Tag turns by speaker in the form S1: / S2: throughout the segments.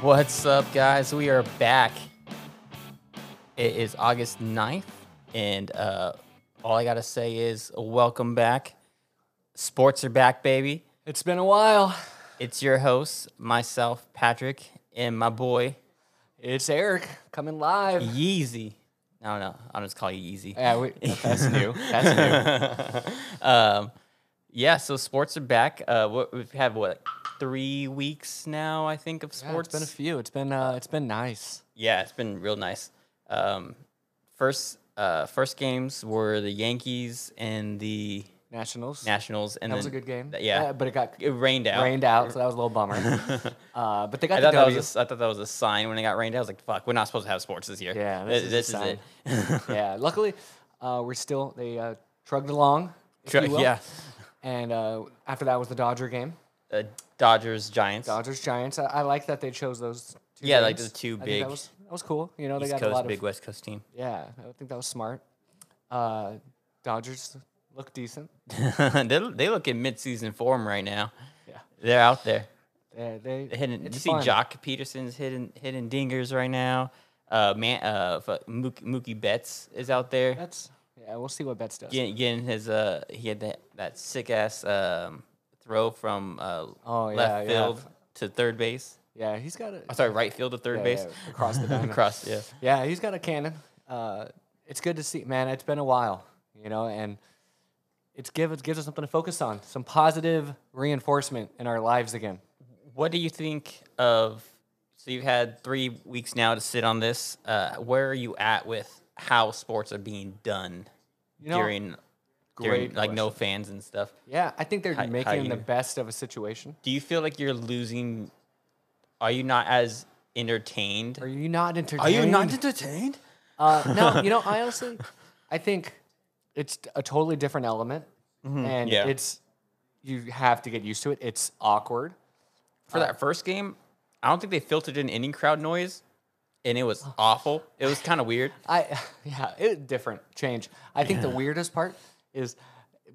S1: What's up, guys? We are back. It is August 9th, and uh, all I got to say is welcome back. Sports are back, baby.
S2: It's been a while.
S1: It's your host, myself, Patrick, and my boy,
S2: It's Eric coming live.
S1: Yeezy. No, no, I'll just call you Yeezy.
S2: Yeah, we, that's new. That's new.
S1: Um, yeah, so sports are back. Uh, what, we've had, what, three weeks now, I think, of
S2: Yeah,
S1: sports?
S2: it's been a few. It's been uh, it's been nice.
S1: Yeah, it's been real nice. Um, first, uh, first games were the Yankees and the
S2: Nationals.
S1: Nationals, and
S2: that was a
S1: then-
S2: good game.
S1: th- Yeah,
S2: Uh, but it got
S1: it rained out.
S2: rained out, so that was a little bummer. uh, but they got
S1: I
S2: the
S1: thought that was
S2: W.
S1: a s I thought that was a sign when it got rained out. I was like, "Fuck, we're not supposed to have sports this year."
S2: Yeah,
S1: Th-
S2: this is a
S1: this,
S2: sign.
S1: is it.
S2: yeah. Luckily, uh, we're still they uh, trugged along. if
S1: Tru-
S2: you will.
S1: yeah.
S2: And uh, after that was the Dodger game.
S1: uh, Dodgers, Giants.
S2: Dodgers Giants. I, I like that they chose those. two
S1: Yeah, like
S2: games.
S1: the two
S2: I think
S1: big
S2: That was that was cool. You know, they
S1: East
S2: got a lot
S1: Coast,
S2: of
S1: big West Coast team.
S2: Yeah, I think that was smart. Uh, Dodgers look decent.
S1: they, l- they look in mid-season form right now.
S2: Yeah.
S1: They're out there.
S2: They, they,
S1: They're Hitting, you
S2: it's
S1: see
S2: fun.
S1: Jock Peterson's hitting hitting dingers right now. Uh, man, uh, fuck, Mookie, Mookie Betts is out there.
S2: That's yeah. We'll see what Betts does.
S1: getting, getting his uh he had that, that sick ass um throw from uh
S2: Oh, yeah,
S1: left
S2: yeah.
S1: field to third base.
S2: Yeah, he's got a
S1: I'm sorry, right field to third
S2: yeah,
S1: base.
S2: yeah, across the diamond.
S1: Across, yeah.
S2: Yeah, he's got a cannon. Uh, it's good to see, man. It's been a while, you know, and it's give it gives us something to focus on, some positive reinforcement in our lives again.
S1: What do you think of so you've had three weeks now to sit on this. Uh where are you at with how sports are being done
S2: You know,
S1: during during
S2: great
S1: like no fans and stuff?
S2: yeah, I think they're
S1: How- how
S2: making the
S1: you-
S2: best of a situation.
S1: Do you feel like you're losing are you not as entertained?
S2: Are you not entertained?
S1: Are you not entertained?
S2: Uh, no, you know, I honestly, I think it's a totally different element, and
S1: Mm-hmm. yeah.
S2: it's you have to get used to it. It's awkward.
S1: for
S2: Oh.
S1: that first game, I don't think they filtered in any crowd noise, and it
S2: Oh.
S1: was awful. It was kind of weird.
S2: I yeah, it different change. I think the weirdest part is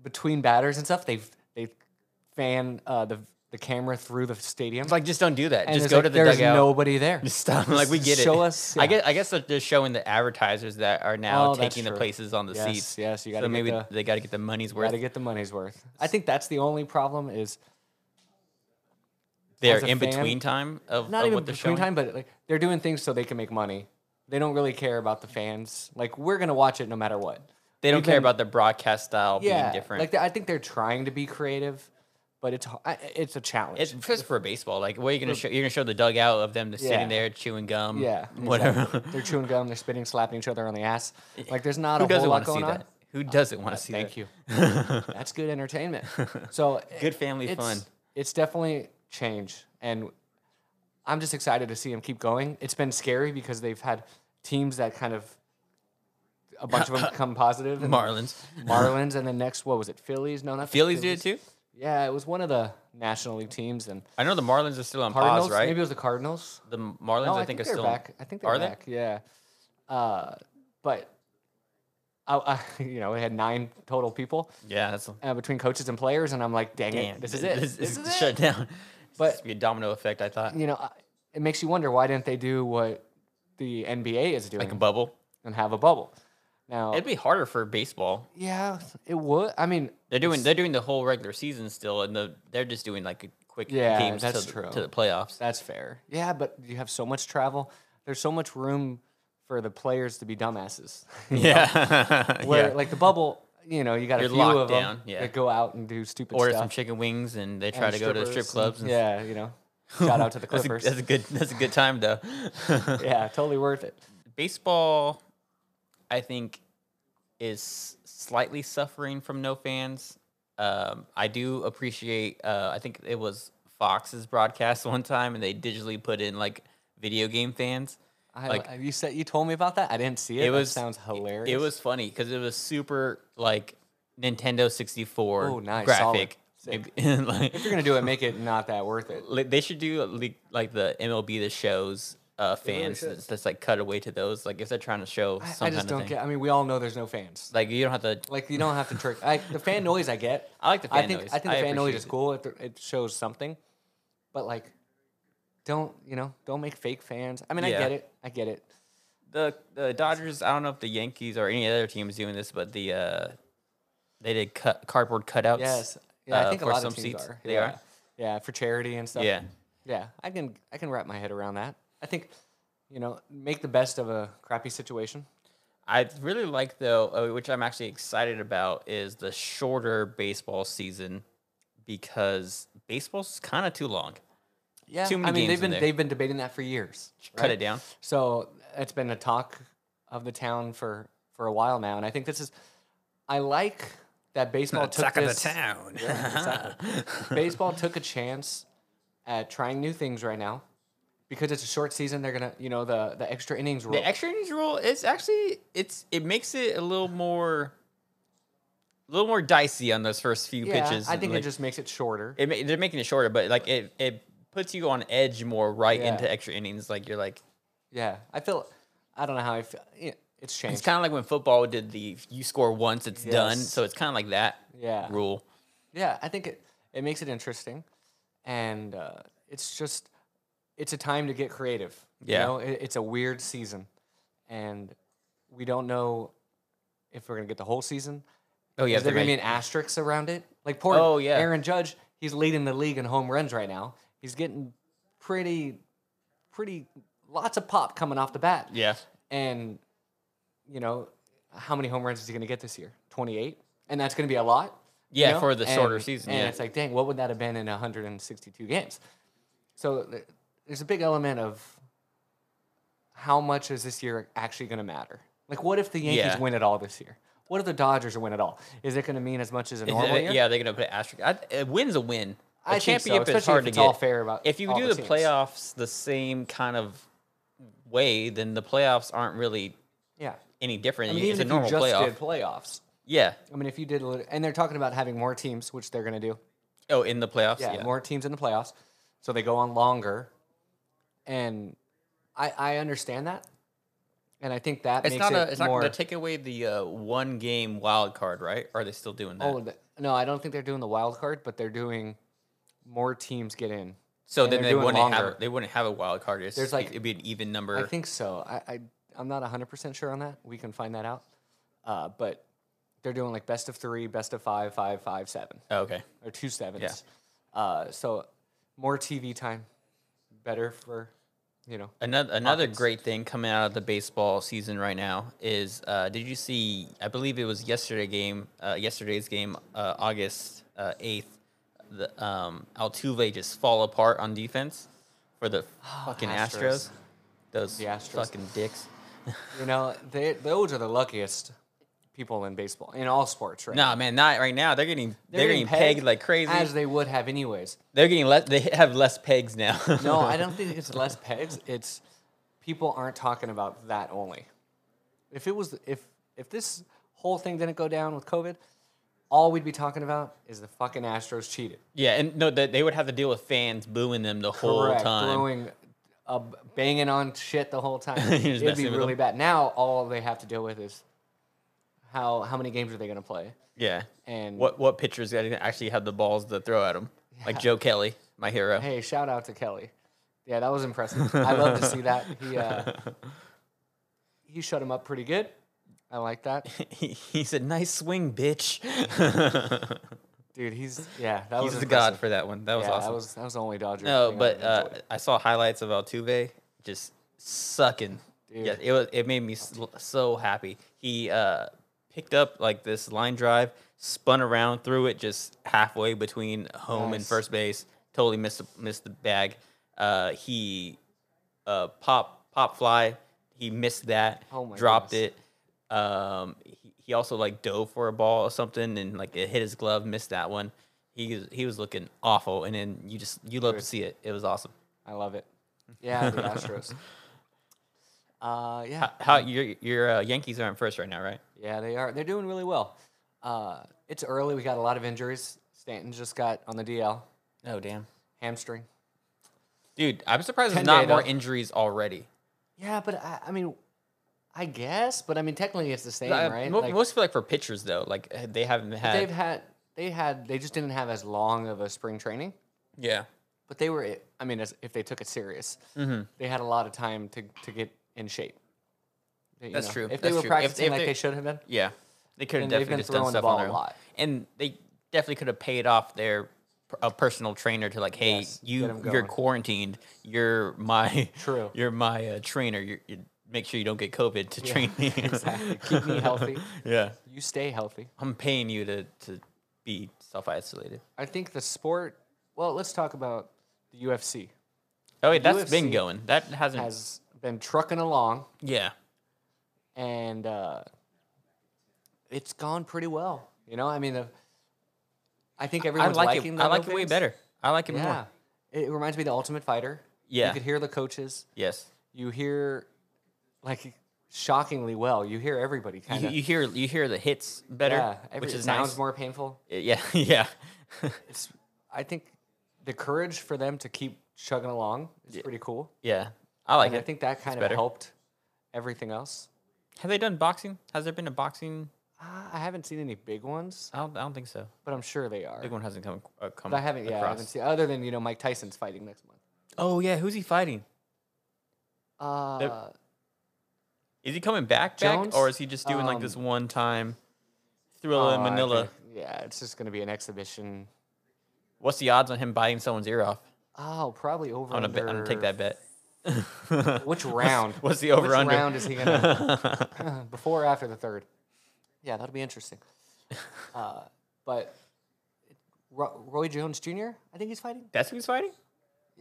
S2: between batters and stuff. They they fan uh, the the camera through the stadium.
S1: It's like just don't do that.
S2: and
S1: just
S2: it's
S1: go
S2: like,
S1: to the
S2: there's
S1: dugout.
S2: nobody there.
S1: Just stop. Like we get it.
S2: Show us.
S1: I
S2: yeah.
S1: guess. I guess they're just showing the advertisers that are now
S2: Oh, that's
S1: taking the
S2: true.
S1: places on the
S2: Yes,
S1: seats.
S2: yes, you
S1: so
S2: gotta get
S1: maybe
S2: the-
S1: they got to get the money's worth.
S2: Gotta get the money's worth. I think that's the only problem is
S1: They're
S2: as a
S1: in
S2: fan-
S1: between time of,
S2: not
S1: of
S2: even
S1: what they're
S2: between
S1: showing.
S2: time, but like they're doing things so they can make money. They don't really care about the fans. Like we're gonna watch it no matter what.
S1: They don't
S2: We've
S1: care
S2: been-
S1: about the broadcast style
S2: yeah,
S1: being different.
S2: Like they- I think they're trying to be creative, but it's h- I- it's a challenge.
S1: it's just for baseball. Like, what are you gonna show? You're gonna show the dugout of them just
S2: Yeah.
S1: sitting there chewing gum.
S2: yeah,
S1: whatever.
S2: exactly. they're chewing gum, they're spitting, slapping each other on the ass. Like there's not
S1: Who
S2: a whole
S1: doesn't
S2: lot
S1: want to see
S2: going on. Oh,
S1: that? Who doesn't want to see that?
S2: Thank you. That's good entertainment. So
S1: Good family
S2: it's,
S1: fun.
S2: It's definitely change, and I'm just excited to see them keep going. It's been scary because they've had teams that kind of a bunch of them come positive. and-
S1: Marlins.
S2: Marlins, and then next what was it? Phillies? No, not the
S1: Phillies did it too.
S2: Yeah, it was one of the National League teams and
S1: I know the Marlins are still on
S2: Cardinals.
S1: pause, right?
S2: Maybe it was the Cardinals.
S1: the Marlins,
S2: No,
S1: I,
S2: Oh, I,
S1: think,
S2: think,
S1: are
S2: they're
S1: still
S2: back. I think they're
S1: Are they?
S2: back. Yeah, uh, but I, I, you know, we had nine total people
S1: Yeah, that's
S2: uh, between coaches and players, and I'm like, dang
S1: damn.
S2: it, this is it.
S1: This,
S2: This
S1: is
S2: is it.
S1: shut down.
S2: But-
S1: But be a domino effect. I thought
S2: You know, I, it makes you wonder why didn't they do what the NBA is doing
S1: like a bubble.
S2: and have a bubble? Now,
S1: It'd be harder for baseball.
S2: yeah, it would. I mean,
S1: They're doing they're doing the whole regular season still, and the, they're just doing like a quick
S2: Yeah,
S1: games to,
S2: that's
S1: the-
S2: true.
S1: to the playoffs.
S2: That's fair. Yeah, but you have so much travel. There's so much room for the players to be dumbasses.
S1: yeah,
S2: Where
S1: yeah.
S2: like the bubble, you know, you got
S1: You're
S2: a few
S1: locked
S2: of them
S1: down, yeah.
S2: that go out and do stupid
S1: Order
S2: stuff.
S1: some chicken wings, and they try
S2: and
S1: to go to strip
S2: strippers
S1: clubs. And,
S2: yeah, you know. Shout out to the
S1: that's a,
S2: Clippers.
S1: that's a good that's a good time though.
S2: yeah, totally worth it.
S1: baseball i think is slightly suffering from no fans um, i do appreciate uh, i think it was fox's broadcast one time and they digitally put in like video game fans
S2: I,
S1: Like-
S2: you said you told me about that. I didn't see it.
S1: it was
S2: that sounds hilarious.
S1: it was funny because it was super like nintendo 64
S2: Oh, nice, solid,
S1: graphic And, like,
S2: If you're gonna do it, make it not that worth it.
S1: li- they should do like, like the mlb the shows uh, fans
S2: should.
S1: that's just like cut away to those like if they're trying to show
S2: I,
S1: some
S2: I
S1: kind
S2: just
S1: of
S2: don't
S1: thing
S2: get. I mean, we all know there's no fans.
S1: like you don't have to
S2: Like you don't have to trick. I, the fan noise I get.
S1: I like the fan
S2: I think
S1: noise.
S2: I think the
S1: I
S2: fan noise
S1: appreciate
S2: is
S1: it.
S2: cool. It, it shows something, but like don't you know? Don't make fake fans. I mean, I
S1: Yeah.
S2: get it. I get it.
S1: the the Dodgers. I don't know if the Yankees or any other team is doing this, but the uh, they did cut, cardboard cutouts.
S2: Yes. Yeah, I
S1: uh,
S2: think a
S1: for
S2: lot
S1: some
S2: of teams
S1: seats.
S2: are.
S1: They
S2: yeah.
S1: are?
S2: Yeah, for charity and stuff.
S1: Yeah,
S2: Yeah, I can I can wrap my head around that. I think, you know, make the best of a crappy situation.
S1: I really like though, uh, which I'm actually excited about, is the shorter baseball season because baseball's kind of too long.
S2: Yeah,
S1: Too many
S2: I
S1: games
S2: mean they've
S1: in
S2: been
S1: there.
S2: they've been debating that for years.
S1: Cut
S2: right?
S1: it down.
S2: So it's been a talk of the town for for a while now, and I think this is. I like that baseball took this,
S1: town.
S2: Yeah, baseball took a chance at trying new things right now, because it's a short season. They're gonna, you know, the the extra innings rule.
S1: The extra innings rule is actually it's it makes it a little more, a little more dicey on those first few
S2: yeah,
S1: pitches.
S2: I think
S1: like,
S2: it just makes it shorter.
S1: it, ma- they're making it shorter, but like it it puts you on edge more right
S2: Yeah.
S1: into extra innings. Like you're like
S2: yeah, I feel. I don't know how I feel. yeah, It's changed.
S1: it's kind of like when football did the you score once it's done.
S2: Yes.
S1: So it's kind of like that
S2: yeah.
S1: rule.
S2: Yeah, I think it, it makes it interesting, and uh, it's just it's a time to get creative.
S1: Yeah.
S2: you know? it, it's a weird season, and we don't know if we're gonna get the whole season.
S1: Oh yeah,
S2: Is there
S1: they're
S2: gonna be an
S1: gonna-
S2: asterisk around it? Like poor
S1: Oh, yeah.
S2: Aaron Judge, he's leading the league in home runs right now. He's getting pretty, pretty lots of pop coming off the bat.
S1: yeah.
S2: And, you know, how many home runs is he going to get this year? 28? And that's going to be a lot? you
S1: Yeah,
S2: know?
S1: for the shorter
S2: And-
S1: season,
S2: And
S1: yeah.
S2: it's like, dang, what would that have been in 162 games? So th- there's a big element of how much is this year actually going to matter? Like, what if the Yankees
S1: Yeah.
S2: win it all this year? What if the Dodgers win it all? Is it going to mean as much as a
S1: Is
S2: normal
S1: it-
S2: year?
S1: yeah, they're gonna put an asterisk. I, a win's a win. A
S2: I think so,
S1: championship
S2: especially
S1: is
S2: if
S1: hard
S2: it's
S1: to get.
S2: all fair about
S1: if you
S2: all
S1: do
S2: the
S1: the
S2: teams.
S1: playoffs the same kind of way, then the playoffs aren't really
S2: Yeah.
S1: any different.
S2: I mean,
S1: it's a
S2: even if you
S1: normal
S2: just
S1: playoff.
S2: did playoffs,
S1: Yeah.
S2: I mean, if you did, a little, and they're talking about having more teams, which they're going to do.
S1: Oh, in the playoffs. Yeah.
S2: yeah, more teams in the playoffs, so they go on longer. And I I understand that, and I think that
S1: it's
S2: makes
S1: not
S2: it
S1: a. It's
S2: more.
S1: not to take away the uh, one game wild card, right? Are they still doing that?
S2: oh th- no, I don't think they're doing the wild card, but they're doing more teams get in.
S1: So
S2: and
S1: then
S2: they're
S1: they
S2: doing
S1: wouldn't
S2: longer.
S1: have they wouldn't have a wild card. It's,
S2: There's,
S1: There's
S2: like-
S1: like it'd be an even number.
S2: I think so. I, I I'm not hundred percent sure on that. We can find that out. Uh, but they're doing like best of three, best of five, five, five, seven,
S1: oh, okay.
S2: or two sevens. Uh, so more TV time, better for, you know.
S1: Another another great thing coming out of the baseball season right now is uh, did you see? I believe it was yesterday game. Uh, yesterday's game, uh, August eighth. the um, Altuve just fall apart on defense for the fucking
S2: Astros.
S1: Astros. Those
S2: The Astros.
S1: fucking dicks.
S2: You know, they those are the luckiest people in baseball in all sports, right?
S1: Nah, man, not right now. They're getting they're, getting, pegged, like crazy.
S2: as they would have anyways.
S1: they're getting less. They have less pegs now.
S2: No, I don't think it's less pegs. It's people aren't talking about that only. If it was if if this whole thing didn't go down with COVID, all we'd be talking about is the fucking Astros cheated.
S1: Yeah, and no, that they would have to deal with fans booing them the whole
S2: Correct,
S1: time.
S2: throwing a b- banging on shit the whole time.
S1: He was
S2: It'd
S1: messing
S2: be
S1: with
S2: really
S1: them.
S2: bad. Now all they have to deal with is how how many games are they going to play?
S1: Yeah,
S2: And
S1: what what pitchers gotta actually have the balls to throw at them? Like Joe Kelly, my hero.
S2: Hey, shout out to Kelly. Yeah, that was impressive. I love to see that. He uh, he shut him up pretty good. I like that,
S1: He, he said, "Nice swing, bitch."
S2: dude. He's yeah, that was
S1: He's the
S2: impressive.
S1: god for that one. That was
S2: yeah,
S1: awesome.
S2: that was that was the only Dodger.
S1: no,
S2: thing I
S1: but uh,
S2: enjoyed.
S1: I saw highlights of Altuve just sucking. Yeah,
S2: Dude.
S1: it was. It made me so, so happy. He uh, picked up like this line drive, spun around, threw it just halfway between home and
S2: Nice.
S1: first base. Totally missed the- missed the bag. Uh, he uh, pop pop fly. He missed that.
S2: Oh my
S1: dropped
S2: goodness.
S1: it. Um, he, he also like dove for a ball or something, and like it hit his glove. Missed that one. He was- he was looking awful, and then you just you love to see it. It was awesome.
S2: I love it. Yeah, the Astros. uh, yeah,
S1: How your your uh, Yankees are in first right now, right?
S2: yeah, they are. They're doing really well. Uh, it's early. We got a lot of injuries. Stanton just got on the DL,
S1: Oh damn,
S2: hamstring.
S1: dude! I'm surprised there's
S2: Ten
S1: not
S2: day,
S1: more
S2: though.
S1: injuries already.
S2: Yeah, but I, I mean, I guess. But I mean, technically, it's the same,
S1: I-
S2: right?
S1: mo-
S2: Like-
S1: mostly like for pitchers though, like eh, they haven't had.
S2: they've had they had they just didn't have as long of a spring training,
S1: yeah,
S2: but but they were. it- I mean, as if they took it serious, they had a lot of time to to get in shape. You
S1: That's
S2: know,
S1: true,
S2: If they
S1: that's
S2: were
S1: true. If-
S2: practicing
S1: if
S2: like
S1: they-
S2: they, should have been,
S1: Yeah, they could have
S2: And they've
S1: definitely
S2: been
S1: just done
S2: throwing the
S1: stuff on
S2: ball a
S1: their own,
S2: lot.
S1: and they definitely could have paid off their a personal trainer to like, hey,
S2: Yes, get
S1: you
S2: 'em
S1: you're
S2: going.
S1: quarantined. You're my
S2: True.
S1: You're my uh, trainer. You're, you make sure you don't get COVID to train me.
S2: exactly. Keep me healthy.
S1: yeah,
S2: You stay healthy.
S1: I'm paying you to to be self isolated.
S2: I think the sport. Well, let's talk about the UFC.
S1: Oh wait, that's been
S2: UFC
S1: going. That hasn't.
S2: Has been trucking along,
S1: yeah,
S2: and uh, it's gone pretty well. You know, I mean, the, I think
S1: I
S2: everyone's
S1: like
S2: liking
S1: it.
S2: the
S1: I like it
S2: new
S1: way
S2: things.
S1: better. I like it
S2: Yeah,
S1: more.
S2: it reminds me of the Ultimate Fighter.
S1: Yeah.
S2: you could hear the coaches.
S1: Yes,
S2: You hear, like, shockingly well. You hear everybody kind
S1: you,
S2: of.
S1: you hear you hear the hits better,
S2: Yeah, every,
S1: which
S2: it
S1: is
S2: sounds
S1: nice.
S2: more painful.
S1: yeah, yeah,
S2: It's, I think, the courage for them to keep chugging along is pretty cool.
S1: yeah. I like
S2: And
S1: it.
S2: I think that kind of
S1: better.
S2: helped everything else.
S1: Have they done boxing? Has there been a boxing?
S2: Ah, I haven't seen any big ones,
S1: I don't, I don't think so.
S2: but I'm sure they are.
S1: Big one hasn't come. Uh, come
S2: But I haven't, yeah, I
S1: across.
S2: haven't seen other than you know Mike Tyson's fighting next month.
S1: Oh yeah, who's he fighting?
S2: Uh,
S1: Is he coming back, back,
S2: Jones? Um,
S1: or is he just doing like this one time thriller
S2: oh,
S1: in
S2: I
S1: Manila?
S2: think- yeah, it's just gonna be an exhibition.
S1: What's the odds on him biting someone's ear off?
S2: Oh, probably over.
S1: I'm gonna, bet, I'm gonna take that bet. what's,
S2: Which round?
S1: what's the over
S2: Which
S1: under?
S2: round is he gonna before or after the third? Yeah, that'll be interesting. Uh, but Ro- Roy Jones Jr. I think he's fighting.
S1: That's who he's fighting.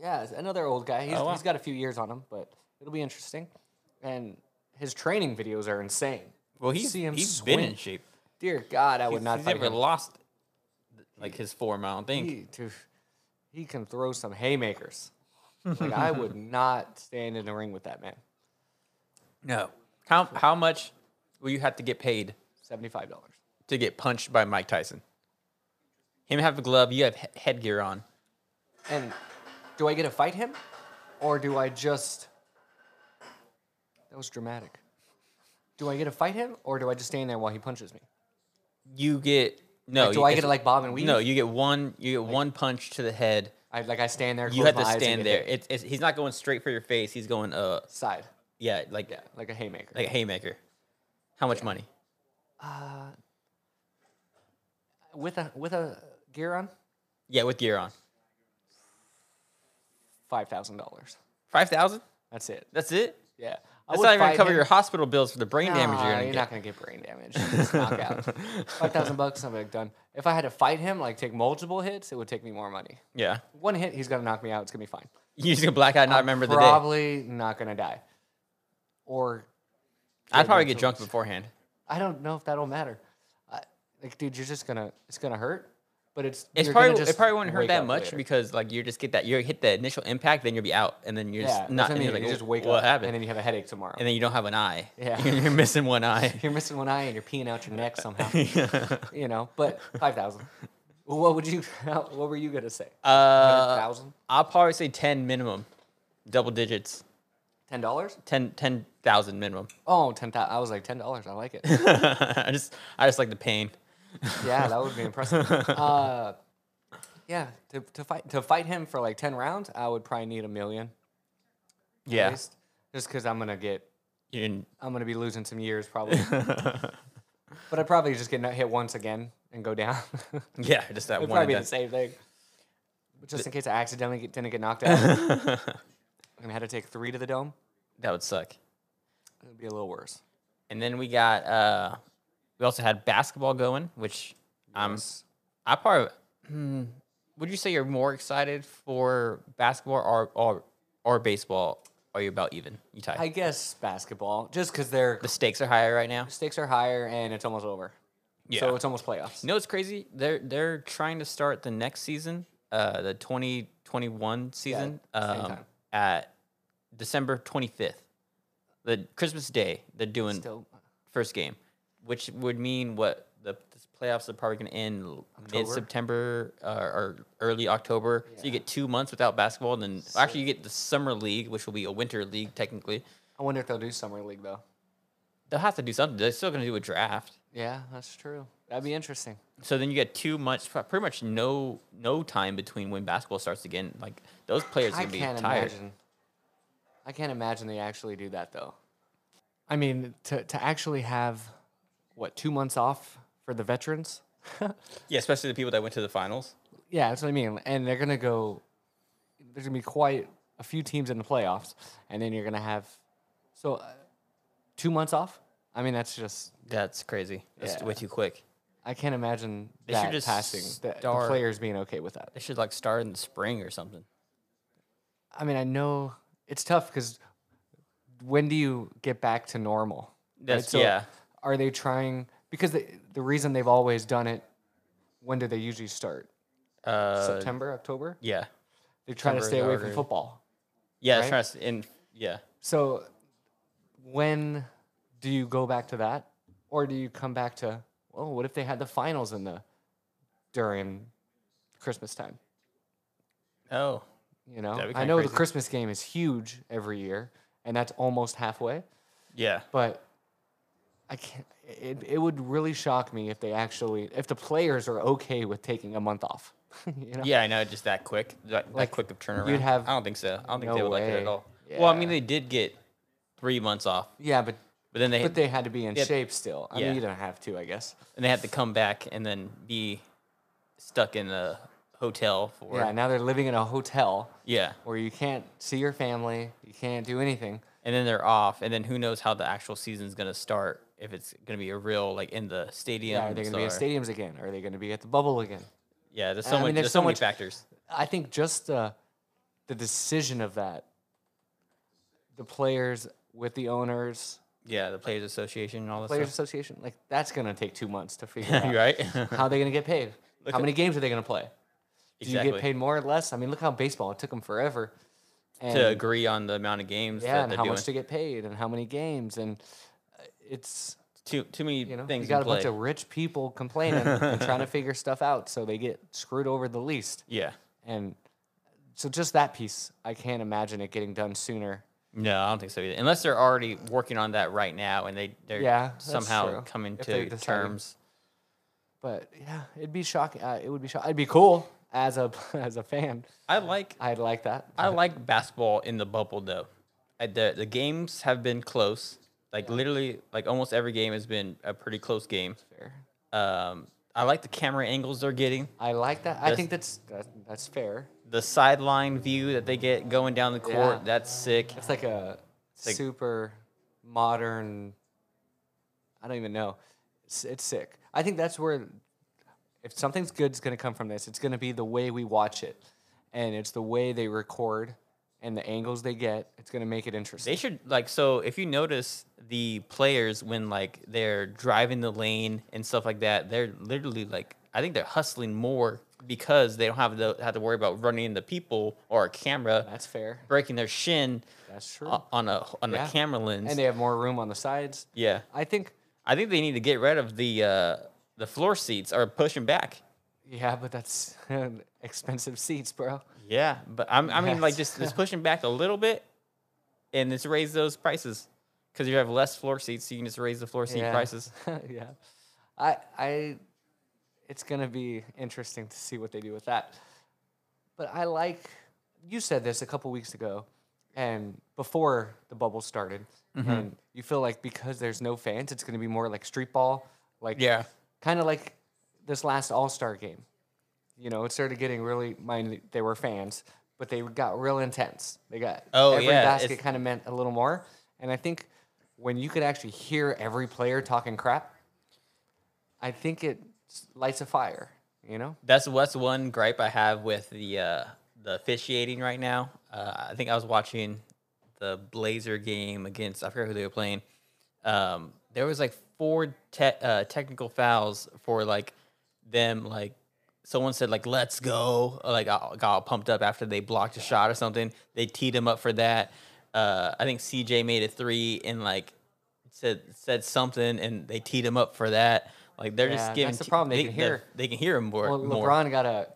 S2: Yeah, it's another old guy. He's,
S1: Oh, wow.
S2: he's got a few years on him, but it'll be interesting. And his training videos are insane.
S1: Well,
S2: You
S1: he's
S2: see him
S1: he's
S2: swing.
S1: been in shape.
S2: Dear God, I would
S1: He's,
S2: not
S1: he's
S2: fight
S1: never
S2: him.
S1: lost like his form. I don't think.
S2: He, to, he can throw some haymakers. Like I would not stand in the ring with that man.
S1: no. How how much will you have to get paid
S2: Seventy-five dollars.
S1: to get punched by Mike Tyson. Him have a glove, you have he- headgear on.
S2: And do I get to fight him, or do I just? That was dramatic. Do I get to fight him, or do I just stand there while he punches me?
S1: You get no.
S2: Like, do
S1: you-
S2: I
S1: it's-
S2: get to, like, bob and weave?
S1: No, you get one. You get one punch to the head.
S2: I like I stand there.
S1: You
S2: close
S1: have
S2: my
S1: to
S2: eyes and
S1: stand
S2: get hit.
S1: there. It's, it's he's not going straight for your face. He's going uh
S2: Side,
S1: yeah like
S2: yeah, like a haymaker.
S1: like a haymaker. How much money?
S2: Uh, with a with a gear on,
S1: Yeah, with gear on.
S2: five thousand dollars.
S1: Five thousand.
S2: That's it.
S1: That's it.
S2: Yeah, I
S1: That's
S2: would
S1: not even gonna
S2: fight
S1: cover
S2: him.
S1: your hospital bills for the brain damage
S2: Nah,
S1: you're gonna
S2: you're
S1: get.
S2: not gonna get brain damage. Just knockout. Five thousand bucks, I'm like done. If I had to fight him, like take multiple hits, it would take me more money.
S1: yeah,
S2: One hit, he's gonna knock me out. It's gonna be fine.
S1: you're just gonna black out and not remember the day.
S2: probably not gonna die. Or
S1: I'd probably
S2: that's
S1: get
S2: what
S1: drunk beforehand.
S2: I don't know if that'll matter. I, like, dude, you're just gonna it's gonna hurt, but it's
S1: It's
S2: you're gonna
S1: probably it
S2: just
S1: probably wouldn't hurt
S2: wake
S1: that
S2: up
S1: much
S2: later.
S1: because like you just get that you hit the initial impact, then you'll be out, and then you're
S2: yeah,
S1: just not
S2: I
S1: and
S2: mean,
S1: you're like
S2: you
S1: "Oh,
S2: just wake
S1: what
S2: up
S1: happened,
S2: and then you have a headache tomorrow.
S1: you don't have an eye.
S2: Yeah.
S1: you're missing one eye.
S2: you're missing one eye and you're peeing out your neck somehow. you know, but five thousand. What would you? What were you gonna say?
S1: Uh,
S2: thousand.
S1: I'll probably say ten minimum, double digits,
S2: Ten dollars?
S1: 10 10,000 minimum.
S2: Oh, ten thousand. I was like ten dollars. I like it.
S1: I just I just like the pain.
S2: yeah, that would be impressive. Uh, yeah, to, to fight to fight him for like ten rounds, I would probably need a million. at
S1: Yeah,
S2: least, just because I'm gonna get
S1: you didn't-
S2: I'm gonna be losing some years probably. but I'd probably just get nut- hit once again and go down. It'd
S1: yeah, just that one.
S2: probably
S1: and
S2: be
S1: done.
S2: the same thing. But just in case I accidentally get, didn't get knocked out and had to take three to the dome,
S1: That would suck.
S2: it would be a little worse.
S1: And then we got uh, we also had basketball going, which I'm
S2: Yes.
S1: I probably hmm, would you say you're more excited for basketball or or or baseball? Are you about even? You tie.
S2: I guess basketball, just because their
S1: the stakes are higher right now.
S2: stakes are higher and it's almost over.
S1: Yeah.
S2: So it's almost playoffs.
S1: You know what's crazy? They're they're trying to start the next season, uh, the 2021 season,
S2: same
S1: um,
S2: time.
S1: at December 25th, the Christmas Day. They're doing
S2: Still,
S1: first game, which would mean what the this playoffs are probably going to end mid September uh, or early October. So you get two months without basketball, and then actually you get the summer league, which will be a winter league technically.
S2: I wonder if they'll do summer league though.
S1: They'll have to do something. They're still going to do a draft.
S2: Yeah, that's true. That'd be interesting.
S1: So then you get too much, pretty much no no time between when basketball starts again. Like those players
S2: I
S1: are gonna be
S2: can't
S1: tired.
S2: imagine. I can't imagine they actually do that though. I mean, to to actually have what two months off for the veterans?
S1: Yeah, especially the people that went to the finals.
S2: Yeah, that's what I mean. And they're gonna go. There's gonna be quite a few teams in the playoffs, and then you're gonna have so uh, two months off. I mean, that's just
S1: That's crazy. That's
S2: Yeah.
S1: way too quick.
S2: I can't imagine
S1: should
S2: that
S1: just
S2: passing. The, the
S1: start-
S2: players being okay with that.
S1: They should like start in the spring or something.
S2: I mean, I know it's tough because when do you get back to normal?
S1: That's- yeah.
S2: Are they trying because the the reason they've always done it? When do they usually start?
S1: Uh,
S2: September, October.
S1: Yeah,
S2: They're trying
S1: September
S2: to stay
S1: is
S2: away
S1: already-
S2: from football.
S1: yeah.
S2: Right?
S1: It's trying to, s- and yeah,
S2: So when do you go back to that, or do you come back to well, what if they had the finals in the during Christmas time?
S1: oh,
S2: You know,
S1: That'd be
S2: I
S1: kinda
S2: know the
S1: crazy.
S2: Christmas game is huge every year, and that's almost halfway.
S1: yeah.
S2: but I can't. It, it would really shock me if they actually, if the players are okay with taking a month off. you know?
S1: Yeah, I know. Just that quick, that, that
S2: Like,
S1: quick of turnaround.
S2: you'd have
S1: I don't think so. I don't think they
S2: no
S1: would like it at
S2: way.
S1: all. Well, I mean,
S2: Yeah.
S1: they did get three months off,
S2: Yeah, but
S1: but then they,
S2: but they had to be in
S1: yeah.
S2: shape still. I
S1: Yeah.
S2: mean, you don't have to, I guess.
S1: and they had to come back and then be stuck in a hotel for
S2: Yeah.
S1: yeah,
S2: Now they're living in a hotel where you can't see your family, you can't do anything.
S1: and then they're off, and then who knows how the actual season's gonna start? If it's gonna be a real like in the stadium,
S2: Yeah, are they going to be at stadiums again? Are they going to be at the bubble again?
S1: Yeah, there's
S2: I
S1: so
S2: mean,
S1: many,
S2: there's
S1: there's so,
S2: so
S1: many
S2: much-
S1: factors.
S2: I think just the the decision of that, the players with the owners,
S1: Yeah, the Players Association and all that
S2: players
S1: stuff.
S2: association, like that's going to take two months to figure out.
S1: You're right?
S2: How are they going to get paid? How
S1: at-
S2: many games are they going to play? Do you
S1: Exactly.
S2: get paid more or less? I mean, look how baseball it took them forever. And,
S1: to agree on the amount of games
S2: yeah,
S1: that
S2: and
S1: they're
S2: how
S1: doing.
S2: much to get paid and how many games and uh, it's
S1: too too many
S2: you know
S1: things
S2: you got
S1: in
S2: a bunch
S1: play.
S2: of rich people complaining and trying to figure stuff out so they get screwed over the least
S1: yeah.
S2: and so just that piece I can't imagine it getting done sooner.
S1: No, I don't think so either. Unless they're already working on that right now and they they're
S2: Yeah, that's
S1: somehow
S2: true.
S1: coming
S2: If they
S1: to
S2: decided-
S1: terms.
S2: But yeah, it'd be shocking. Uh, it would be shocking. It'd be cool as a as a fan.
S1: I like
S2: I'd like that.
S1: I like basketball in the bubble though. I, the the games have been close. Like literally, like almost every game has been a pretty close game.
S2: Fair.
S1: Um, I like the camera angles they're getting,
S2: I like that. I think that's that, that's fair.
S1: the sideline view that they get going down the court.
S2: Yeah.
S1: That's sick.
S2: It's like a
S1: like-
S2: super modern. I don't even know. It's, it's sick. I think that's where, if something's good is going to come from this, it's going to be the way we watch it, and it's the way they record, and the angles they get. It's going to make it
S1: They
S2: interesting.
S1: should like so if you notice the players when like they're driving the lane and stuff like that, they're literally like I think they're hustling more because they don't have to have to worry about running into people or a camera
S2: That's fair. Uh,
S1: breaking their shin
S2: That's true.
S1: o- on a on
S2: Yeah.
S1: a camera lens.
S2: and they have more room on the sides.
S1: yeah.
S2: I think.
S1: I think they need to get rid of the uh the floor seats or pushing back.
S2: Yeah, but that's expensive seats, bro.
S1: Yeah, but I'm, I mean, like
S2: Yes.
S1: just just pushing back a little bit, and just raise those prices because you have less floor seats, so you can just raise the floor seat
S2: Yeah.
S1: prices.
S2: yeah. I I it's gonna be interesting to see what they do with that. But I like you said this a couple weeks ago and before the bubble started.
S1: Mm-hmm.
S2: And you feel like because there's no fans, it's gonna be more like street ball, like
S1: Yeah.
S2: kind of like this last All Star game. You know, it started getting really. Mind they were fans, but they got real intense. They got
S1: Oh,
S2: every
S1: yeah,
S2: basket
S1: it's-
S2: kind of meant a little more. And I think when you could actually hear every player talking crap, I think it s- lights a fire. You know,
S1: That's what's one gripe I have with the uh, the officiating right now. Uh, I think I was watching the Blazer game against I forget who they were playing. Um, there was like four te- uh, technical fouls for like them like someone said like let's go or, like I got all pumped up after they blocked a shot or something. They teed him up for that. Uh, I think CJ made a three and like said said something and they teed him up for that. Like they're
S2: Yeah,
S1: just giving
S2: that's the
S1: t-
S2: problem, they can hear.
S1: they can hear him more.
S2: well,
S1: more.
S2: LeBron got a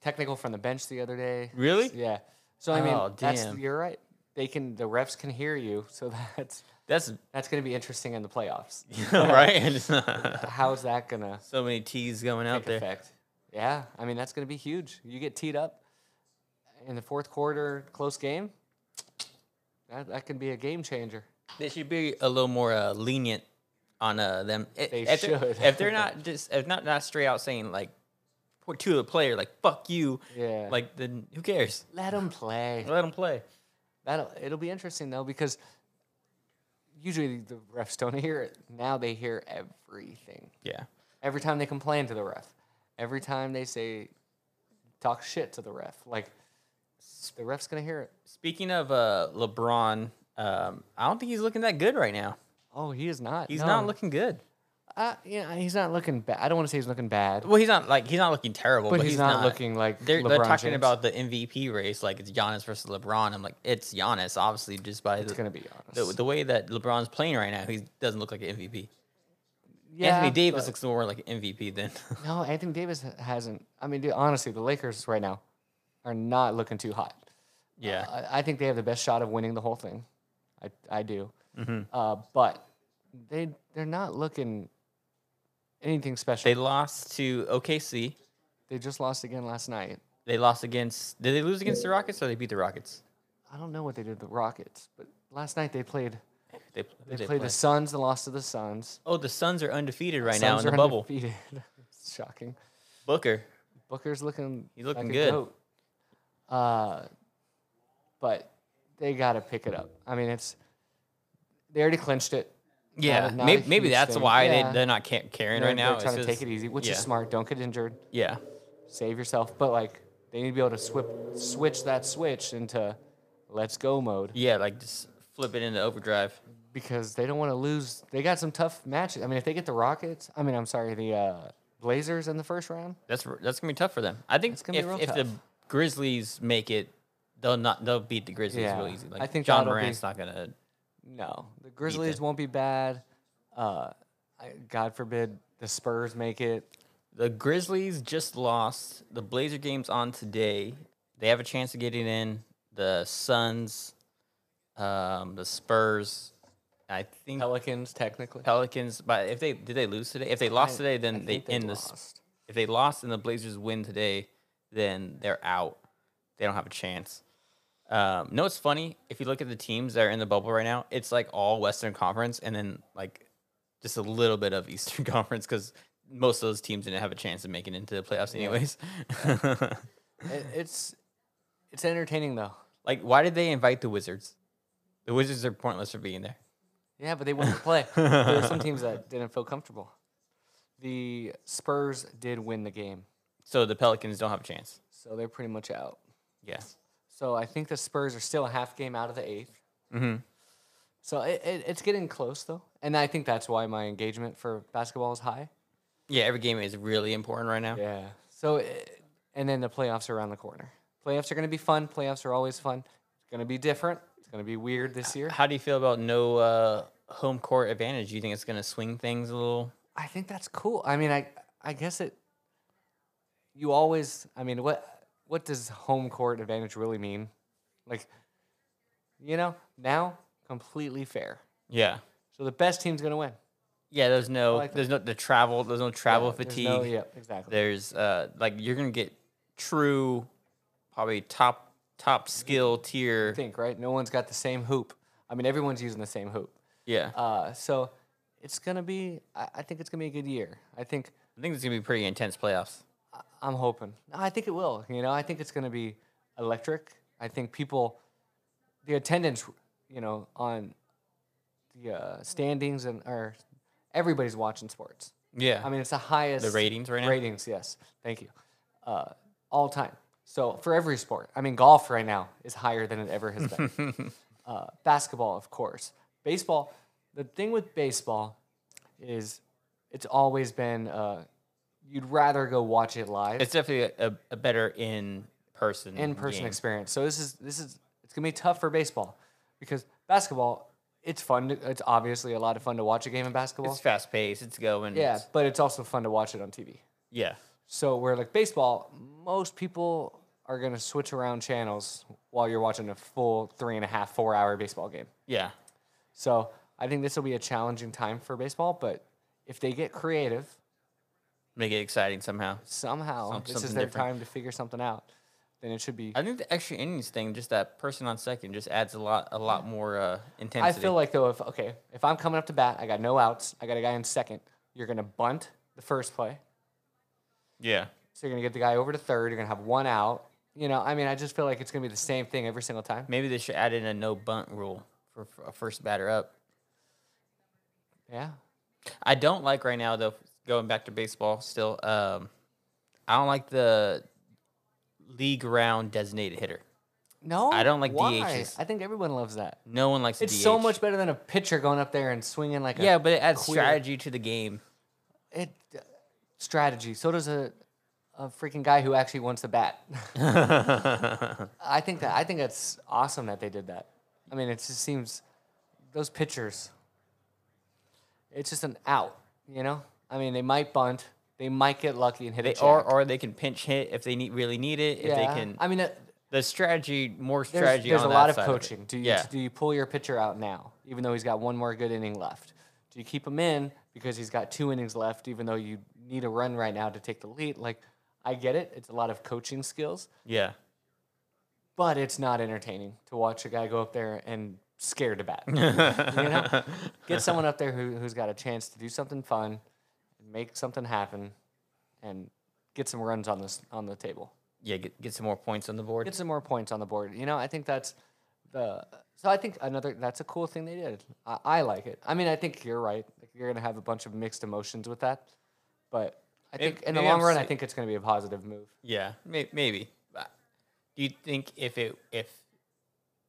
S2: technical from the bench the other day.
S1: Really?
S2: Yeah. So I mean,
S1: Oh,
S2: that's
S1: damn.
S2: you're right. They can the refs can hear you, so that's
S1: That's
S2: That's going to be interesting in the playoffs.
S1: right.
S2: How's that going to
S1: so many T's going out
S2: take
S1: there.
S2: effect? Yeah, I mean that's going to be huge. You get teed up in the fourth quarter, close game. That that can be a game changer.
S1: They should be a little more uh, lenient on uh, them. I-
S2: They
S1: if they're-
S2: should.
S1: if they're not just if not not straight out saying like for- to the player like "fuck you,"
S2: Yeah.
S1: like then who cares?
S2: Let them play.
S1: Let them play.
S2: That'll it'll be interesting though because usually the refs don't hear it. Now they hear everything.
S1: Yeah.
S2: Every time they complain to the ref, every time they say talk shit to the ref, like the ref's gonna hear it.
S1: Speaking of uh, LeBron, um, I don't think he's looking that good right now.
S2: Oh, he is not.
S1: He's
S2: no.
S1: not looking good.
S2: Uh, yeah, he's not looking bad. I don't want to say he's looking bad,
S1: Well, he's not like he's not looking terrible,
S2: but,
S1: but,
S2: he's, not, looking like
S1: They're,
S2: LeBron
S1: they're talking
S2: James.
S1: about the MVP race, like it's Giannis versus LeBron. I'm like, it's Giannis, obviously, just by
S2: It's
S1: the,
S2: gonna be
S1: the,
S2: honest.
S1: the way that LeBron's playing right now, he doesn't look like an MVP.
S2: yeah,
S1: Anthony Davis
S2: but-
S1: looks more like an MVP than
S2: No, Anthony Davis ha- hasn't. I mean, dude, honestly, the Lakers right now are not looking too hot.
S1: yeah.
S2: I, I think they have the best shot of winning the whole thing. I, I do.
S1: Mm-hmm.
S2: Uh, but they they're not looking anything special.
S1: They lost to OKC.
S2: They, just lost again last night.
S1: They lost against. Did they lose against the Rockets or they beat the Rockets?
S2: I don't know what they did to the Rockets, but last night they played
S1: They,
S2: they,
S1: who
S2: played the Suns and lost to the Suns.
S1: Oh, the Suns are undefeated right now in
S2: Suns
S1: the
S2: are
S1: bubble.
S2: undefeated. it's shocking.
S1: Booker.
S2: Booker's looking.
S1: He's looking
S2: like a
S1: good.
S2: goat. Uh, but they gotta pick it up. I mean, it's they already clinched it.
S1: Yeah,
S2: a- not a
S1: maybe, maybe
S2: huge
S1: that's
S2: thing.
S1: why
S2: Yeah.
S1: they they're not ca- caring
S2: They're,
S1: right now.
S2: they're trying
S1: It's
S2: to
S1: just-
S2: take it easy, which
S1: yeah.
S2: is smart. Don't get injured.
S1: Yeah,
S2: Save yourself. But like, they need to be able to swip, switch that switch into let's go mode
S1: yeah, like just flip it into overdrive.
S2: because they don't want to lose. They got some tough matches. I mean, if they get the Rockets, I mean, I'm sorry, the uh, Blazers in the first round.
S1: That's r- that's gonna be tough for them. I think
S2: It's gonna be
S1: if,
S2: real
S1: if the
S2: tough.
S1: Grizzlies make it, they'll not they'll beat the Grizzlies
S2: Yeah,
S1: real easy. Like
S2: I think
S1: John
S2: that'll be-
S1: Morant's not gonna.
S2: No, the Grizzlies won't be bad. Uh, I, God forbid the Spurs make it.
S1: The Grizzlies just lost. The Blazer game's on today. They have a chance of getting in. The Suns, um, the Spurs. I think
S2: Pelicans, technically.
S1: Pelicans. But if they did they lose today? If they lost today, then
S2: I
S1: they
S2: think
S1: in the s-
S2: lost.
S1: if they lost and the Blazers win today, then they're out. They don't have a chance. Um, no, it's funny if you look at the teams that are in the bubble right now. It's like all Western Conference and then like just a little bit of Eastern Conference because most of those teams didn't have a chance of making it into the playoffs, anyways.
S2: It, it's it's entertaining though.
S1: like, why did they invite the Wizards? The Wizards are pointless for being there.
S2: Yeah, but they wouldn't play. there were some teams that didn't feel comfortable. The Spurs did win the game,
S1: So the Pelicans don't have a chance.
S2: so they're pretty much out.
S1: Yeah.
S2: So I think the Spurs are still a half game out of the 8th
S1: Mhm.
S2: So it, it, it's getting close though, and I think that's why my engagement for basketball is high.
S1: Yeah, every game is really important right now.
S2: Yeah. So, i and then the playoffs are around the corner. Playoffs are going to be fun. Playoffs are always fun. It's going to be different. It's going to be weird this year.
S1: How do you feel about no uh, home court advantage? Do you think it's going to swing things a little?
S2: I think that's cool. I mean, I I guess it. You always. I mean, what what does home court advantage really mean? Like, you know, now completely fair.
S1: Yeah.
S2: So the best team's going to win.
S1: Yeah, there's no
S2: like that.
S1: there's no the travel, there's no travel
S2: Yeah, there's
S1: fatigue.
S2: no-
S1: There's,
S2: yeah, exactly.
S1: uh like you're going to get true probably top top skill tier.
S2: Think right. No one's got the same hoop. I mean, everyone's using the same hoop.
S1: Yeah.
S2: Uh, so it's gonna be. I, I think it's gonna be a good year. I think
S1: I think it's going to be pretty intense playoffs.
S2: I- I'm hoping. No, I think it will. You know, I think it's gonna be electric. I think people, the attendance, you know, on the uh, standings and or everybody's watching sports.
S1: Yeah.
S2: I mean, it's the highest
S1: the ratings right now.
S2: ratings. Yes, thank you. Uh, all time. So for every sport, I mean, golf right now is higher than it ever has been. uh, basketball, of course. Baseball. The thing with baseball is, it's always been. Uh, you'd rather go watch it live,
S1: It's definitely a, a, a better in person
S2: in person
S1: game.
S2: experience. So this is this is it's gonna be tough for baseball because basketball. It's fun. To, it's obviously a lot of fun to watch a game in basketball.
S1: It's fast paced, it's going.
S2: yeah,
S1: it's-
S2: but it's also fun to watch it on TV.
S1: yeah.
S2: So where like baseball, most people are gonna switch around channels while you're watching a full three and a half, four hour baseball game.
S1: Yeah.
S2: So I think this will be a challenging time for baseball, but if they get creative
S1: Make it exciting somehow.
S2: somehow,
S1: Some-
S2: this is
S1: something
S2: their
S1: different.
S2: time to figure something out. Then it should be.
S1: I think the extra innings thing, just that person on second, just adds a lot, a lot more uh, intensity.
S2: I feel like though, if okay, if I'm coming up to bat, I got no outs, I got a guy in second. You're gonna bunt the first play,
S1: yeah,
S2: so you're gonna get the guy over to third. You're gonna have one out. You know, I mean, I just feel like it's gonna be the same thing every single time.
S1: maybe they should add in a no bunt rule for for a first batter up.
S2: Yeah,
S1: I don't like right now though. Going back to baseball, still, um, I don't like the league round designated hitter.
S2: no,
S1: I don't like
S2: why?
S1: DHs.
S2: I think everyone loves that.
S1: No one likes. a
S2: It's so
S1: DH.
S2: much better than a pitcher going up there and swinging like a
S1: Yeah, but it adds
S2: queer-
S1: strategy to the game.
S2: it uh, strategy. So does a a freaking guy who actually wants to bat. I think that I think that's awesome that they did that. I mean, it just seems those pitchers. It's just an out, you know. I mean, they might bunt, they might get lucky and hit
S1: They
S2: a
S1: or
S2: jack.
S1: or they can pinch hit if they need really need it. If
S2: Yeah.
S1: they can,
S2: I mean, uh,
S1: the strategy more
S2: there's,
S1: strategy.
S2: there's
S1: on
S2: a
S1: that
S2: lot of
S1: side
S2: coaching.
S1: it.
S2: do you
S1: yeah,
S2: do you pull your pitcher out now, even though he's got one more good inning left? Do you keep him in because he's got two innings left, even though you need a run right now to take the lead? Like, I get it. It's a lot of coaching skills.
S1: yeah.
S2: but it's not entertaining to watch a guy go up there and scared to bat. you know? Get someone up there who, who's got a chance to do something fun, make something happen, and get some runs on this on the table.
S1: yeah, get, get some more points on the board.
S2: Get some more points on the board. You know, I think that's the so I think another that's a cool thing they did. I, I like it. I mean, I think you're right. Like, you're gonna have a bunch of mixed emotions with that, but I
S1: May-
S2: think in the
S1: maybe I'm
S2: long run, I
S1: si-
S2: think it's gonna be a positive move.
S1: yeah, may, maybe. Uh, Do you think if it if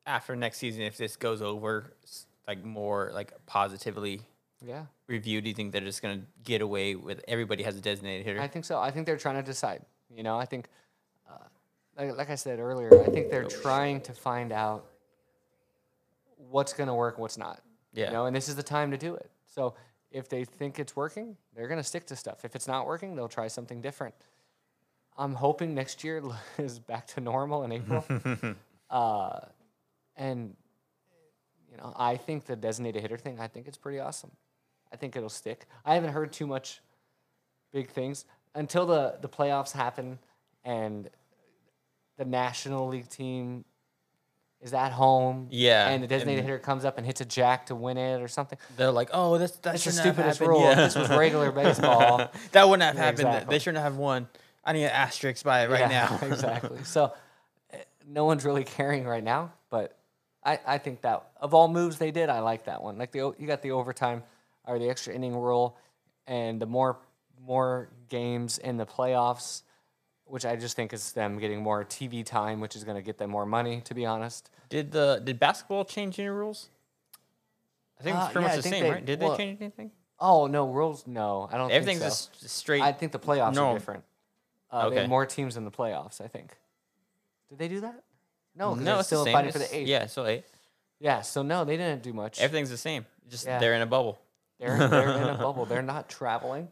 S1: after next season, if this goes over s- like more like positively
S2: Yeah.
S1: reviewed, do you think they're just gonna get away with everybody has a designated hitter?
S2: I think so. I think they're trying to decide. You know, I think, uh, like, like I said earlier, I think they're trying to find out what's going to work, what's not.
S1: Yeah.
S2: You know, and this is the time to do it. So if they think it's working, they're going to stick to stuff. If it's not working, they'll try something different. I'm hoping next year is back to normal in April. uh, and, you know, I think the designated hitter thing, I think it's pretty awesome. I think it'll stick. I haven't heard too much big things until the the playoffs happen and the national league team is at home
S1: Yeah,
S2: and the designated
S1: and-
S2: hitter comes up and hits a jack to win it or something
S1: They're like, oh, that's that's
S2: that's the stupidest rule if this was regular baseball
S1: that wouldn't have
S2: Yeah,
S1: happened.
S2: exactly.
S1: They shouldn't have won. I need an asterisk by it right
S2: Yeah,
S1: now.
S2: exactly so eh, no one's really caring right now but I, I think that of all moves they did i like that one like the o- you got the overtime or the extra inning rule and the more more games in the playoffs which i just think is them getting more tv time which is going to get them more money to be honest
S1: Did the did basketball change any rules? I think
S2: Uh,
S1: it's pretty
S2: yeah,
S1: much
S2: I
S1: the
S2: think
S1: same,
S2: they-
S1: right? Did
S2: well,
S1: they change anything?
S2: oh no rules no i don't
S1: Everything's
S2: think so.
S1: just straight.
S2: i think the playoffs
S1: normal.
S2: are different uh, they have
S1: Okay.
S2: more teams in the playoffs i think did they do that no 'cause
S1: no,
S2: they're
S1: it's the
S2: still
S1: same.
S2: fighting for
S1: It's-
S2: the eighth
S1: Yeah, so eight.
S2: Yeah, so no, they didn't do much.
S1: Everything's the same. Just
S2: Yeah.
S1: they're in a bubble.
S2: They're, they're in a bubble. They're not traveling.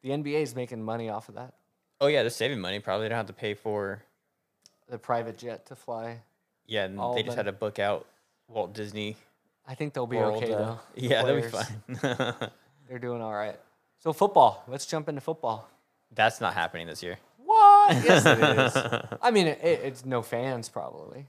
S2: The NBA is making money off of that.
S1: Oh yeah, they're saving money. Probably they don't have to pay for.
S2: The private jet to fly.
S1: Yeah, and
S2: All
S1: they just
S2: the-
S1: had to book out Walt Disney
S2: I think they'll be
S1: World.
S2: okay
S1: uh,
S2: though. The
S1: yeah, that'll be
S2: players,
S1: fine.
S2: They're doing all right. So football. Let's jump into football.
S1: That's not happening this year.
S2: What? Yes, it is. I mean, it, it's no fans probably.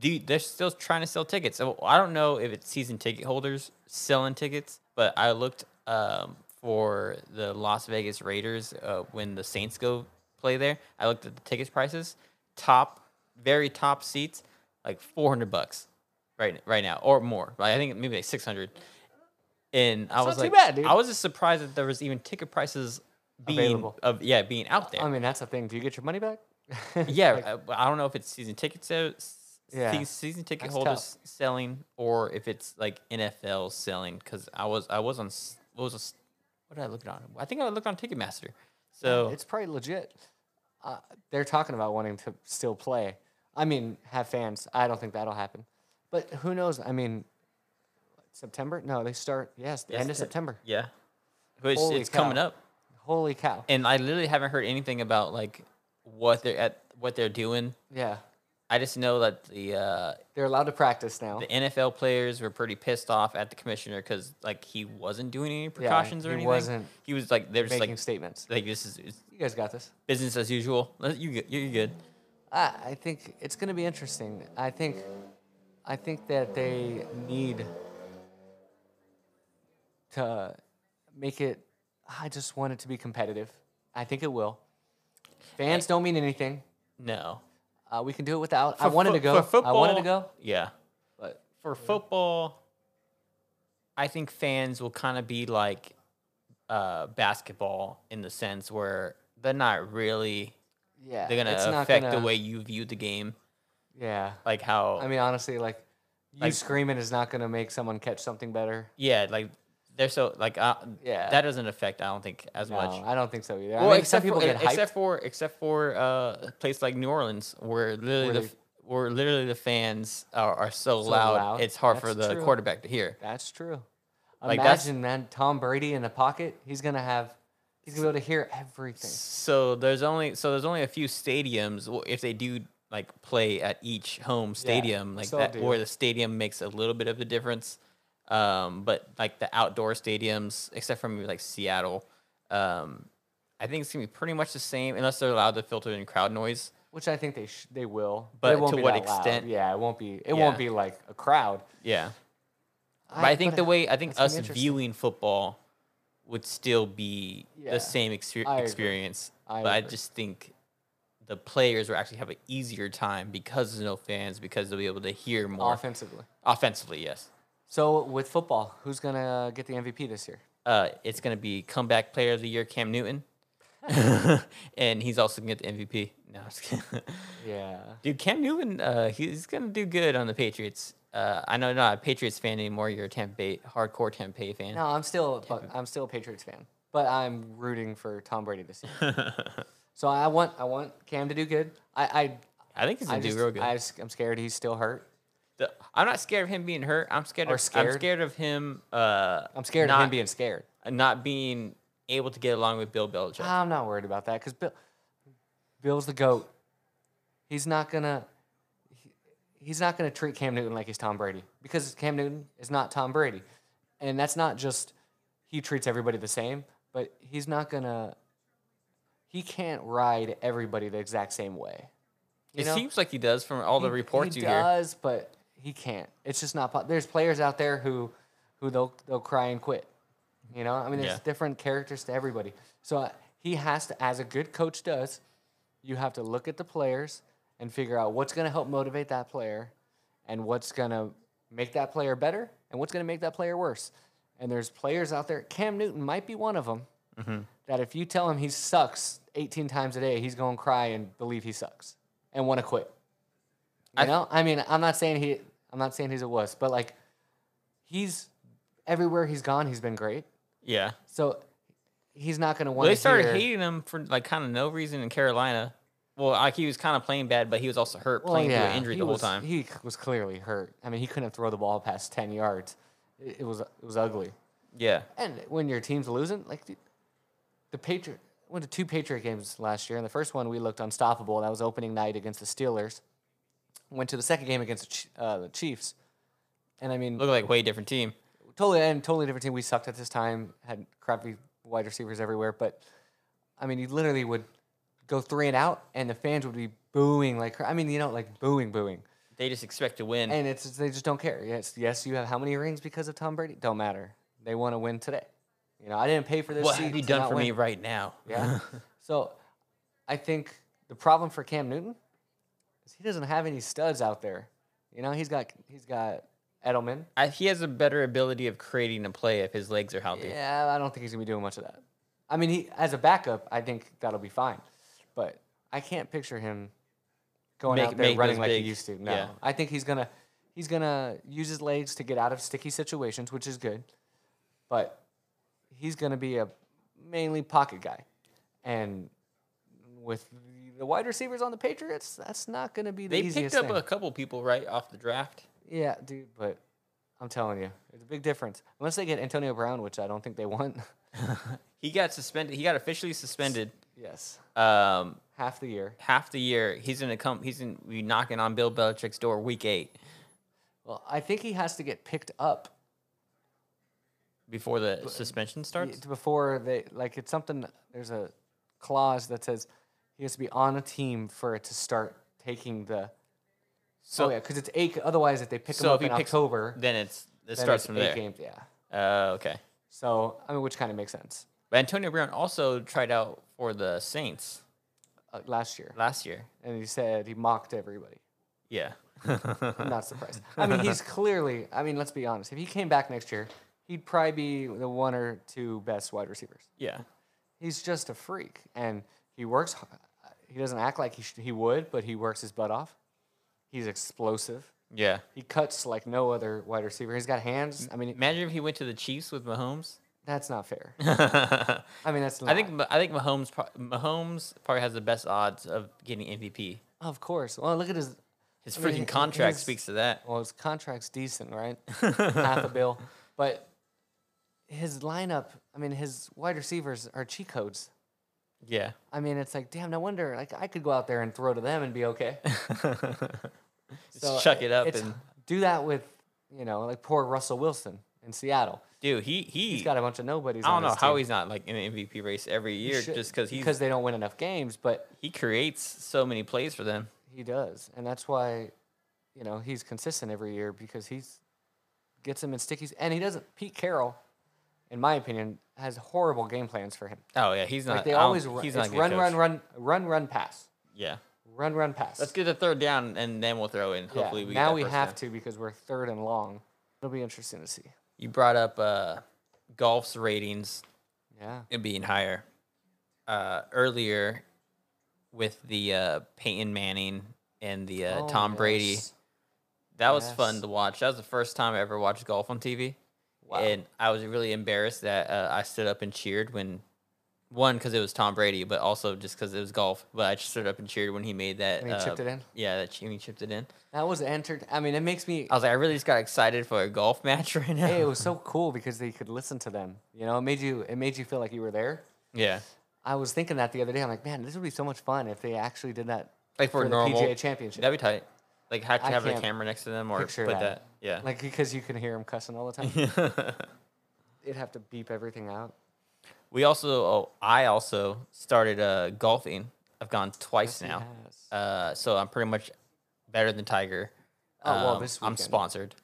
S1: do they're still trying to sell tickets. So I don't know if it's season ticket holders selling tickets, but I looked um, for the Las Vegas Raiders uh, when the Saints go play there. I looked at the ticket prices, top, very top seats, like four hundred bucks, right right now or more. Like, I think maybe like six hundred. And I
S2: It's
S1: was
S2: not
S1: like,
S2: too bad, dude.
S1: I was just surprised that there was even ticket prices being
S2: Available.
S1: of yeah being out there
S2: I mean, that's the thing. Do you get your money back?
S1: yeah,
S2: Like,
S1: uh, but I don't know if it's season ticket sales,
S2: Yeah.
S1: season ticket
S2: That's
S1: holders selling, or if it's like NFL selling. Because I was I was on s- what was a s- what did I look it on? I think I looked on Ticketmaster. So
S2: it's probably legit. Uh, they're talking about wanting to still play. I mean, have fans. I don't think that'll happen. But who knows? I mean, September? No, they start, yes, the end of
S1: Yes, it-
S2: September.
S1: yeah, but it's,
S2: Holy
S1: it's coming
S2: cow.
S1: up,
S2: Holy cow.
S1: and I literally haven't heard anything about like what they're at what they're doing.
S2: Yeah.
S1: I just know that the uh,
S2: They're allowed to practice now.
S1: the NFL players were pretty pissed off at the commissioner because like he wasn't doing any precautions or
S2: he
S1: anything.
S2: wasn't
S1: He was like, they're just
S2: Making
S1: like,
S2: statements.
S1: like this is it's
S2: You guys got this.
S1: business as usual. Let- You good- you're good.
S2: I, I think it's going to be interesting. I think, I think that they need to make it. I just want it to be competitive. I think it will. Fans don't mean anything.
S1: No,
S2: Uh, we can do it without. I
S1: For
S2: wanted
S1: fo-
S2: to go.
S1: for
S2: I wanted to
S1: football-
S2: go.
S1: Yeah,
S2: But
S1: for football, I think fans will kind of be like uh, basketball in the sense where they're not really
S2: yeah,
S1: they're gonna
S2: it's not
S1: affect
S2: gonna-
S1: the way you view the game,
S2: Yeah,
S1: like how
S2: I mean, honestly, like you
S1: Like-
S2: screaming is not gonna make someone catch something better.
S1: yeah, like they're so like uh,
S2: Yeah.
S1: that doesn't affect I don't think as
S2: No,
S1: much.
S2: I don't think so either.
S1: Well,
S2: I mean, some
S1: except
S2: people
S1: for, e,
S2: get hyped.
S1: except for except for uh, a place like New Orleans, where literally
S2: Where
S1: the
S2: they-
S1: f where literally the fans are, are so, loud,
S2: loud.
S1: it's hard for
S2: That's
S1: the
S2: true.
S1: quarterback to hear.
S2: That's true.
S1: Like, that's-
S2: Imagine, man, Tom Brady in the pocket. He's gonna have. He's gonna be able to hear everything.
S1: So there's only so there's only a few stadiums w- if they do like play at each home stadium like
S2: so
S1: that
S2: do.
S1: where the stadium makes a little bit of a difference. Um, but like the outdoor stadiums, except for maybe like Seattle, um, I think it's gonna be pretty much the same unless they're allowed to filter in crowd noise.
S2: Which I think they sh- they will.
S1: But
S2: it won't
S1: to
S2: be
S1: what
S2: that loud.
S1: extent?
S2: Yeah, it won't be. It won't
S1: Yeah.
S2: be like a crowd.
S1: Yeah. But I, think
S2: but
S1: the way I think
S2: that's
S1: us
S2: gonna be interesting.
S1: viewing football would still be
S2: Yeah,
S1: the same exper-
S2: I agree.
S1: experience,
S2: I
S1: but I
S2: agree.
S1: just think the players will actually have an easier time because there's no fans because they'll be able to hear more
S2: offensively.
S1: offensively. Yes,
S2: So with football, who's gonna get the MVP this year?
S1: uh, it's going to be comeback player of the year Cam Newton, and he's also going to get the MVP. No, I'm just kidding.
S2: Yeah.
S1: dude, Cam Newton, uh, he's going to do good on the Patriots. Uh, I know you're not a Patriots fan anymore. You're a Tampa Bay hardcore Tampa Bay fan.
S2: No, I'm still but I'm still a Patriots fan, but I'm rooting for Tom Brady this year. so I want I want Cam to do good. I
S1: I think he's
S2: I, I
S1: going to do real good.
S2: I just, I'm scared he's still hurt.
S1: The- I'm not scared of him being hurt. I'm scared.
S2: Or
S1: Of, I'm
S2: scared?
S1: scared of him. Uh,
S2: I'm scared
S1: not,
S2: of him being scared.
S1: not being able to get along with Bill Belichick.
S2: I'm not worried about that because Bill, Bill's the goat. He's not gonna, he- he's not gonna treat Cam Newton like he's Tom Brady because Cam Newton is not Tom Brady, and that's not just he treats everybody the same, but he's not gonna, he can't ride everybody the exact same way. You
S1: it
S2: know?
S1: seems like he does from all the
S2: He-
S1: reports
S2: he
S1: you hear.
S2: does, but he can't. It's just not. po- There's players out there who, who they'll they'll cry and quit. You know, I mean, there's
S1: Yeah.
S2: different characters to everybody. So uh, he has to, as a good coach does, you have to look at the players and figure out what's going to help motivate that player, and what's going to make that player better, and what's going to make that player worse. And there's players out there. Cam Newton might be one of them.
S1: Mm-hmm.
S2: That if you tell him he sucks 18 times a day, he's going to cry and believe he sucks and want to quit. You
S1: I-
S2: know, I mean, I'm not saying he, I'm not saying he's a wuss, but like, he's everywhere he's gone, he's been great.
S1: Yeah,
S2: So he's not gonna want.
S1: well,
S2: to
S1: they started
S2: hear,
S1: hating him for like kind of no reason in Carolina. Well, like he was kind of playing bad, but he was also hurt
S2: Well,
S1: playing through
S2: yeah,
S1: an injury
S2: he
S1: the
S2: was-
S1: whole time.
S2: He was clearly hurt. I mean, he couldn't throw the ball past ten yards. It, it was it was ugly.
S1: yeah,
S2: And when your team's losing, like the, the Patriot went to two Patriot games last year, and the first one we looked unstoppable. That was opening night against the Steelers. Went to the second game against the, Ch- uh, the Chiefs, and I mean,
S1: looked like a way different team.
S2: totally and totally different team. We sucked at this time, had crappy wide receivers everywhere. But I mean, you literally would go three and out, and the fans would be booing like cra- I mean, you know, like booing, booing,
S1: They just expect to win.
S2: and it's they just don't care. Yes, yes, you have how many rings because of Tom Brady? Don't matter. They want to win today. You know, I didn't pay for this.
S1: what
S2: seat
S1: have you
S2: to
S1: done
S2: not
S1: for
S2: win.
S1: me right now?
S2: Yeah. so I think the problem for Cam Newton is he doesn't have any studs out there. You know, he's got he's got Edelman.
S1: I, he has a better ability of creating a play if his legs are healthy.
S2: Yeah, I don't think he's gonna be doing much of that. I mean, he as a backup, I think that'll be fine, but I can't picture him going
S1: Make-
S2: out there
S1: make
S2: running
S1: those
S2: like
S1: big-
S2: he used to. No,
S1: yeah.
S2: I think he's gonna he's gonna use his legs to get out of sticky situations, which is good, but he's gonna be a mainly pocket guy, and with the wide receivers on the Patriots, that's not gonna be the
S1: They picked
S2: easiest
S1: up
S2: thing.
S1: a couple people right off the draft.
S2: Yeah, dude, but I'm telling you, it's a big difference. Unless they get Antonio Brown, which I don't think they want.
S1: He got suspended. He got officially suspended
S2: yes.
S1: um,
S2: half the year.
S1: half the year he's gonna come. He's gonna be knocking on Bill Belichick's door week eight
S2: Well, I think he has to get picked up
S1: before the suspension
S2: y-
S1: starts.
S2: before they like it's something there's a clause that says he has to be on a team for it to start taking the so
S1: So-
S2: oh, yeah because it's eight otherwise if they pick him
S1: So
S2: up
S1: if he
S2: in
S1: picks
S2: october
S1: Then it's it
S2: then
S1: starts
S2: it's
S1: from there.
S2: eight games yeah
S1: Uh, okay.
S2: so i mean which kind of makes sense
S1: But Antonio Brown also tried out for the Saints
S2: uh, last year
S1: last year.
S2: and he said he mocked everybody
S1: Yeah.
S2: i'm not surprised i mean he's clearly i mean let's be honest if he came back next year he'd probably be the one or two best wide receivers
S1: yeah.
S2: he's just a freak and he works h- he doesn't act like he, sh- he would but he works his butt off he's explosive
S1: Yeah.
S2: he cuts like no other wide receiver he's got hands i mean
S1: Imagine if he went to the Chiefs with Mahomes.
S2: that's not fair
S1: I
S2: i mean that's not,
S1: think Ma- I think Mahomes pro- Mahomes probably has the best odds of getting MVP.
S2: of course well look at his
S1: His
S2: I
S1: freaking
S2: mean, h-
S1: contract
S2: his-
S1: speaks to that.
S2: well his contract's decent right half a bill but his lineup i mean his wide receivers are cheat codes
S1: Yeah.
S2: i mean it's like damn no wonder like i could go out there and throw to them and be okay So uh,
S1: chuck it up
S2: it's-
S1: and-
S2: do that with you know like poor Russell Wilson in Seattle.
S1: Dude, he he
S2: He's got a bunch of nobodies.
S1: I
S2: on
S1: don't know
S2: his
S1: how
S2: team.
S1: he's not like in the MVP race every year
S2: should-
S1: just cuz he
S2: because they don't win enough games, but
S1: he creates so many plays for them.
S2: he does, and that's why you know he's consistent every year because he's gets him in stickies, and he doesn't. Pete Carroll, in my opinion, has horrible game plans for him.
S1: Oh yeah, he's not
S2: Like they
S1: I don't-
S2: always run,
S1: he's not
S2: it's
S1: a good
S2: run,
S1: coach.
S2: run, run, run, run, pass,
S1: Yeah.
S2: run, run, pass.
S1: Let's get the third down and then we'll throw in.
S2: Yeah,
S1: Hopefully we
S2: now
S1: get
S2: we have
S1: to.
S2: to because we're third and long. It'll be interesting to see.
S1: You brought up uh golf's ratings
S2: Yeah.
S1: and being higher uh earlier with the uh Peyton Manning and the uh,
S2: Oh,
S1: Tom Brady.
S2: yes.
S1: That was fun
S2: Yes.
S1: to watch. That was the first time I ever watched golf on TV.
S2: Wow.
S1: And I was really embarrassed that uh, I stood up and cheered when, one, because it was Tom Brady, but also just because it was golf. But I just stood up and cheered when he made that.
S2: When he chipped
S1: uh,
S2: it in?
S1: Yeah, that he chipped it in.
S2: That was entered. I mean, it makes me.
S1: I was like, I really just got excited for a golf match right now.
S2: Hey, it was so cool because they could listen to them. You know, it made you. It made you feel like you were there.
S1: yeah.
S2: I was thinking that the other day. I'm like, man, this would be so much fun if they actually did that
S1: Like for,
S2: for
S1: a
S2: the
S1: normal.
S2: PGA Championship.
S1: That'd be tight. Like, have to
S2: I
S1: have a
S2: can't
S1: camera next to them or put
S2: picture
S1: that.
S2: that.
S1: Yeah.
S2: Like because you can hear them cussing all the time. It'd have to beep everything out.
S1: we also, oh, I also started uh, golfing. I've gone twice now.
S2: Yes.
S1: Uh, so I'm pretty much better than Tiger.
S2: Oh, well,
S1: Um,
S2: this
S1: I'm
S2: weekend.
S1: sponsored.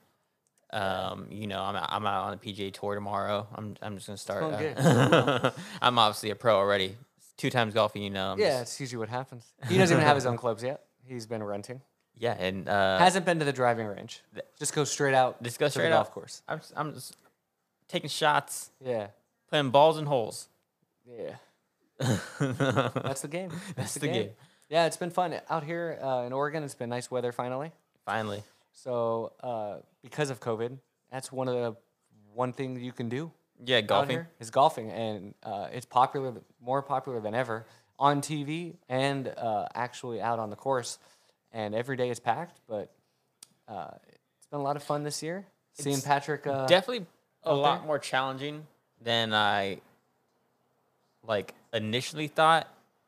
S1: Um, you know, I'm out- I'm out on the PGA tour tomorrow. I'm I'm just gonna start.
S2: going
S1: uh,
S2: good.
S1: I'm obviously a pro already. Two times golfing, you know. I'm
S2: yeah,
S1: just-
S2: it's usually what happens. He doesn't even have his own clubs yet. He's been renting.
S1: yeah, and uh,
S2: Hasn't been to the driving range. Just go straight out.
S1: just go
S2: to
S1: straight
S2: the
S1: out.
S2: golf course.
S1: I'm s- I'm just taking shots,
S2: Yeah,
S1: playing balls and holes.
S2: yeah. That's the game. That's,
S1: the game.
S2: Yeah, it's been fun out here uh, in Oregon. It's been nice weather finally.
S1: Finally,
S2: So uh, because of COVID, that's one of the one thing you can do
S1: yeah,
S2: out
S1: golfing.
S2: here is golfing, and uh, it's popular, th- more popular than ever on TV and uh, actually out on the course. And every day is packed, but uh, it's been a lot of fun this year. Seeing
S1: It's
S2: Patrick, uh,
S1: Definitely a lot more challenging than I like initially thought,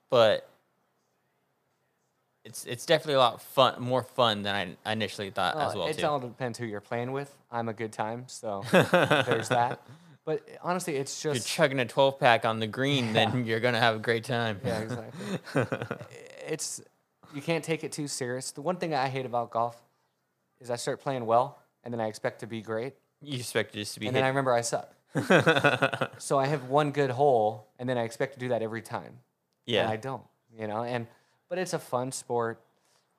S1: but it's it's definitely a lot fun, more fun than I initially thought
S2: uh,
S1: as well
S2: it
S1: too.
S2: all depends who you're playing with. I'm a good time, so there's that. But honestly, it's
S1: You're
S2: just
S1: chugging a 12 pack on the green, then you're gonna have a great time.
S2: Yeah, exactly. it's you can't take it too serious. The one thing I hate about golf is I start playing well and then I expect to be great,
S1: You expect it just to be
S2: and then I
S1: hit.
S2: remember I suck. so I have one good hole, and then I expect to do that every time, and I
S1: yeah,
S2: don't. You know, and but it's a fun sport.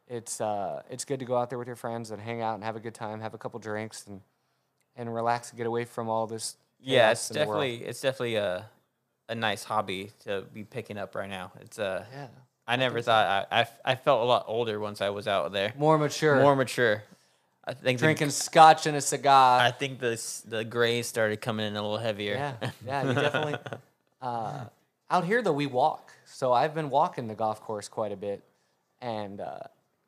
S2: It's uh, it's good to go out there with your friends and hang out and have a good time, have a couple drinks and and relax and get away from all this.
S1: yeah.
S2: chaos
S1: It's
S2: in the world.
S1: definitely it's definitely a a nice hobby to be picking up right now. It's uh,
S2: yeah,
S1: I never thought I, I f- I felt a lot older once I was out there,
S2: more mature,
S1: more mature. I think the
S2: drinking scotch and a cigar.
S1: I think the s- the grays started coming in a little heavier.
S2: Yeah, yeah, you definitely. Uh, out here though, we walk, so I've been walking the golf course quite a bit, and uh,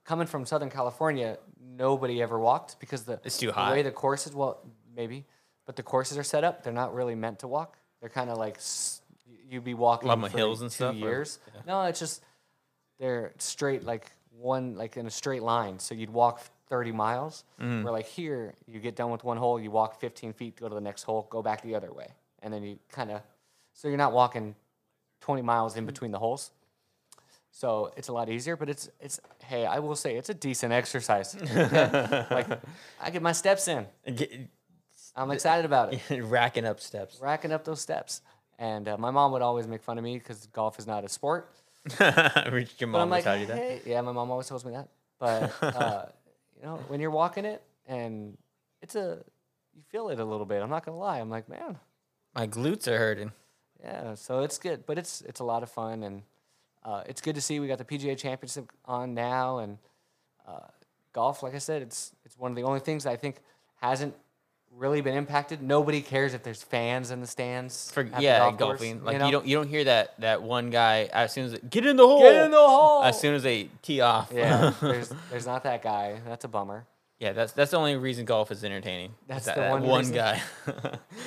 S2: coming from Southern California, nobody ever walked because the
S1: It's too
S2: The way
S1: hot.
S2: the courses, well, maybe, but the courses are set up, they're not really meant to walk. They're kind of like s- you'd be walking
S1: Lot more
S2: for
S1: hills and
S2: two
S1: stuff, or-
S2: Years? No, it's just they're straight like one like in a straight line. So you'd walk 30 miles.
S1: Mm.
S2: Where like here, you get done with one hole, you walk 15 feet, go to the next hole, go back the other way, and then you kind of so you're not walking 20 miles in between the holes. So it's a lot easier, but it's it's hey, I will say it's a decent exercise. like I get my steps in.
S1: Get-
S2: I'm excited about it
S1: racking up steps.
S2: racking up those steps. And uh, my mom would always make fun of me because golf is not a sport.
S1: Reached your
S2: But
S1: mom
S2: I'm like,
S1: like, tell you that.
S2: hey, yeah, my mom always tells me that. But uh, you know, when you're walking it, and it's a, you feel it a little bit. I'm not gonna lie. I'm like, man,
S1: My glutes are hurting.
S2: yeah. So it's good, but it's it's a lot of fun, and uh, it's good to see we got the PGA Championship on now, and uh, golf. Like I said, it's it's one of the only things that I think hasn't really been impacted. Nobody cares if there's fans in the stands.
S1: For
S2: at the
S1: yeah,
S2: golf course,
S1: golfing. like you,
S2: know?
S1: don't you don't hear that that one guy as soon as it, get in the hole.
S2: Get in the hole.
S1: As soon as they tee off.
S2: yeah, there's there's not that guy. That's a bummer.
S1: Yeah, that's that's the only reason golf is entertaining. is
S2: That's
S1: that,
S2: the
S1: that
S2: one
S1: one,
S2: reason?
S1: guy.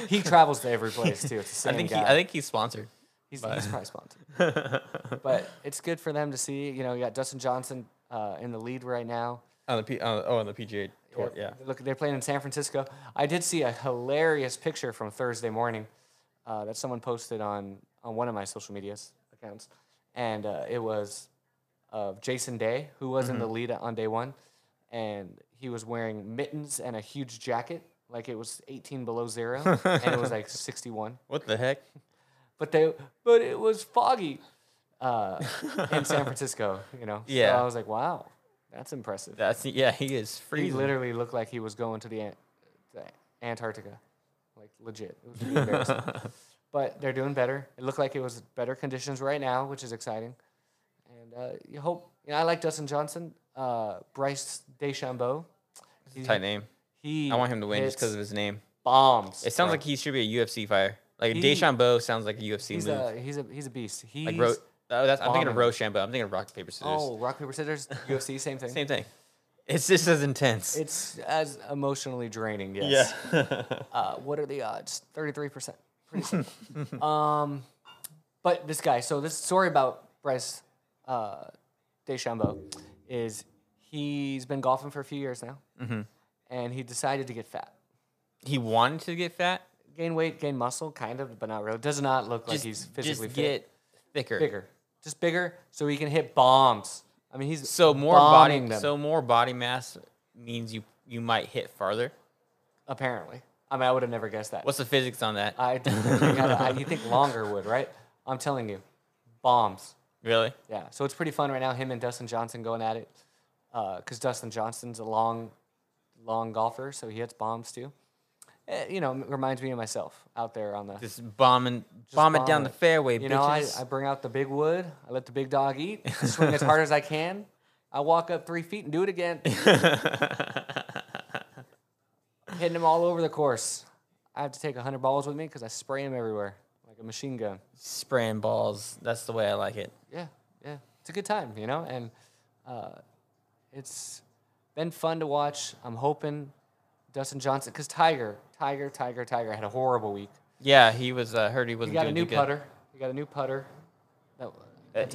S2: He travels to every place too. It's the
S1: I
S2: same
S1: think he,
S2: guy.
S1: I think he's sponsored.
S2: he's, he's probably sponsored. but it's good for them to see. You know, you got Dustin Johnson uh, in the lead right now.
S1: On the P, on, oh, on the PGA tour. Yeah.
S2: Look, they're playing in San Francisco. I did see a hilarious picture from Thursday morning uh, that someone posted on on one of my social medias accounts, and uh, it was of Jason Day, who was in the lead on day one, and he was wearing mittens and a huge jacket, like it was 18 below zero, and it was like 61
S1: What the heck?
S2: but they but it was foggy uh, in San Francisco, you know.
S1: Yeah.
S2: So I was like, wow, that's impressive.
S1: That's yeah. He is
S2: he
S1: freezing.
S2: literally looked like he was going to the, An- the Antarctica, like legit. It was pretty embarrassing. but they're doing better. It looked like it was better conditions right now, which is exciting. And uh, you hope. You know, I like Dustin Johnson, uh, Bryce DeChambeau. He,
S1: Tight name.
S2: He
S1: I want him to win just
S2: hits
S1: because of his name.
S2: bombs.
S1: It sounds
S2: bro.
S1: like he should be a UFC fighter. Like
S2: He-
S1: Deschambeau sounds like a UFC
S2: he's
S1: move.
S2: a he's a he's a beast. He's
S1: like Ro- oh, that's, I'm thinking of
S2: bombing.
S1: Rochambeau. I'm thinking of rock paper scissors.
S2: oh rock paper scissors UFC same thing.
S1: Same thing. It's just as intense.
S2: It's as emotionally draining, yes.
S1: yeah.
S2: Uh, what are the odds? 33%. Pretty simple. um, but this guy, so this story about Bryce uh, DeChambeau is he's been golfing for a few years now,
S1: Mm-hmm.
S2: and he decided to get fat.
S1: he wanted to get fat.
S2: Gain weight, gain muscle, kind of, but not really. Does not look like
S1: Just,
S2: he's physically
S1: just
S2: fit.
S1: get thicker.
S2: Bigger. Just bigger so he can hit bombs. I mean, he's
S1: So more
S2: bombing
S1: body.
S2: them,
S1: So more body mass means you you might hit farther.
S2: apparently. I mean, I would have never guessed that.
S1: What's the physics on that?
S2: I, I gotta, I you think longer would, right? I'm telling you, bombs.
S1: really?
S2: Yeah. So it's pretty fun right now. Him and Dustin Johnson going at it, because Dustin Johnson's a long, long golfer, so he hits bombs too. Eh, you know, m- reminds me of myself out there on the.
S1: Just bombing, bomb it down
S2: bomb
S1: the
S2: it.
S1: fairway,
S2: you
S1: bitches.
S2: know, I, I bring out the big wood. I let the big dog eat. I swing as hard as I can. I walk up three feet and do it again. Hitting them all over the course. I have to take hundred balls with me because I spray them everywhere like a machine gun.
S1: Spraying balls. That's the way I like it.
S2: yeah, yeah, it's a good time, you know, and uh, it's been fun to watch. I'm hoping Dustin Johnson, because Tiger, Tiger, Tiger, Tiger had a horrible week.
S1: Yeah, he was. Uh, heard he
S2: He
S1: wasn't
S2: got a
S1: doing
S2: new
S1: too good.
S2: putter. He got a new putter. That,
S1: Uh,
S2: that's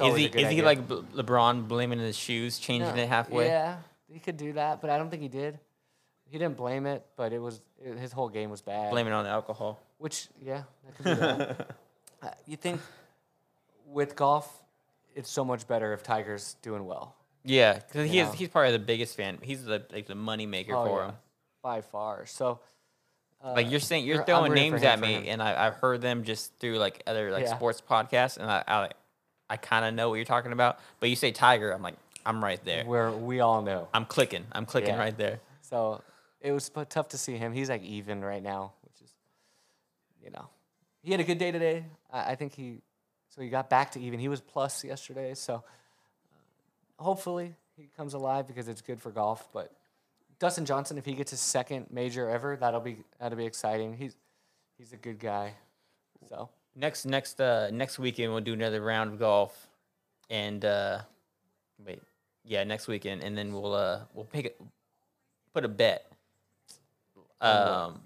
S1: is
S2: always
S1: he
S2: a good
S1: is he
S2: idea.
S1: like B- LeBron blaming his shoes, changing
S2: Yeah,
S1: it halfway?
S2: Yeah, he could do that, but I don't think he did. He didn't blame it, but it was it, his whole game was bad.
S1: Blaming on alcohol.
S2: Which, yeah, that could be that. uh, you think with golf, it's so much better if Tiger's doing well.
S1: Yeah, because he
S2: Yeah.
S1: is, he's probably the biggest fan. He's the like the money maker
S2: Oh,
S1: for
S2: yeah,
S1: him.
S2: by far. So, uh,
S1: Like you're saying, you're
S2: you're- I'm
S1: throwing
S2: rooting for
S1: names
S2: him,
S1: at
S2: for
S1: me,
S2: him.
S1: and I, I've heard them just through like other like
S2: Yeah.
S1: sports podcasts, and I I, I kind of know what you're talking about. But you say Tiger, I'm like, I'm right there.
S2: where we all know.
S1: I'm clicking. I'm clicking
S2: Yeah.
S1: right there.
S2: So it was pu- tough to see him. He's like even right now, which is, you know, he had a good day today. I, I think he, so he got back to even. He was plus yesterday. So uh, hopefully he comes alive because it's good for golf. But Dustin Johnson, if he gets his second major ever, that'll be that'll be exciting. He's he's a good guy. So
S1: Next next uh next weekend we'll do another round of golf, and uh wait, yeah, next weekend, and then we'll uh we'll pick it, put a bet.
S2: what?
S1: Um,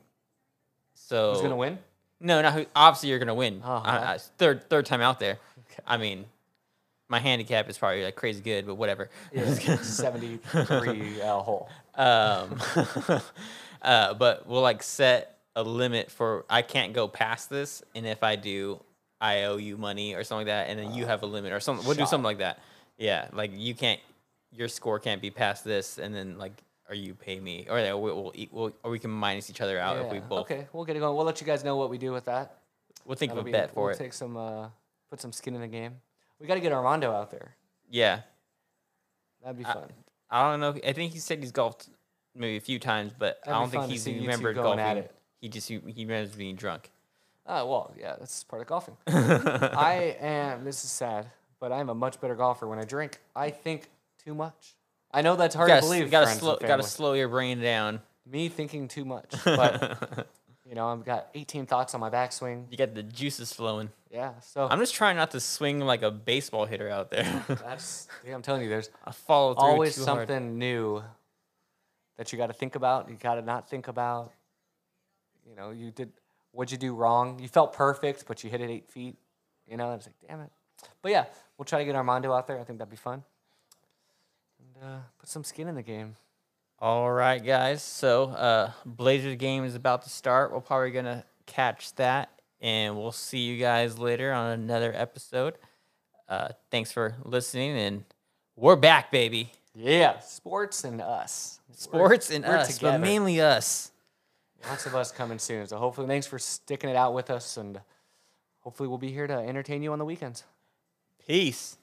S1: so
S2: who's gonna win?
S1: No, not who. Obviously, you're gonna win.
S2: Oh,
S1: I-
S2: huh?
S1: I- third third time out there. I mean, my handicap is probably like crazy good, but whatever.
S2: seventy three uh, hole.
S1: Um, uh, but we'll like set a limit for I can't go past this, and if I do, I owe you money or something like that, and then you have a limit or something. We'll do
S2: shot.
S1: something like that. Yeah, like you can't, your score can't be past this, and then like, or you pay me, or yeah, we- we'll, eat, we'll or we can minus each other out if we
S2: Yeah,
S1: both.
S2: Okay, we'll get it going. We'll let you guys know what we do with that.
S1: We'll think of
S2: That'll
S1: a
S2: be-
S1: bet for
S2: we'll
S1: it.
S2: Take some, uh, put some skin in the game. We got to get Armando out there.
S1: yeah,
S2: That'd be
S1: I-
S2: fun.
S1: I don't know. if- I think he said he's golfed maybe a few times, but I
S2: That'd be
S1: don't think
S2: fun to
S1: he's
S2: see you two
S1: remembered
S2: going
S1: golfing.
S2: at it.
S1: He just he, he remembers being drunk.
S2: Ah, well, yeah, that's part of golfing. I am. This is sad, but I'm a much better golfer when I drink. I think too much. I know that's hard
S1: gotta,
S2: to
S1: s-
S2: believe.
S1: you gotta
S2: friends and
S1: slow, gotta
S2: family.
S1: slow your brain down.
S2: Me thinking too much, but you know I've got 18 thoughts on my backswing.
S1: You got the juices flowing.
S2: Yeah, so
S1: I'm just trying not to swing like a baseball hitter out there.
S2: that's. yeah, I'm telling you, there's
S1: I follow through
S2: always
S1: too
S2: something
S1: Hard.
S2: new that you got to think about. You got to not think about. You know, you did. What'd you do wrong? You felt perfect, but you hit it eight feet. You know, it's like, damn it. But yeah, we'll try to get Armando out there. I think that'd be fun. And uh, put some skin in the game.
S1: All right, guys. So uh, Blazer game is about to start. We're probably gonna catch that, and we'll see you guys later on another episode. Uh, thanks for listening, and we're back, baby.
S2: Yeah, sports and us. We're-
S1: Sports and
S2: we're
S1: us,
S2: together.
S1: but mainly us.
S2: Lots of us coming soon. So hopefully, thanks for sticking it out with us, and hopefully, we'll be here to entertain you on the weekends.
S1: Peace.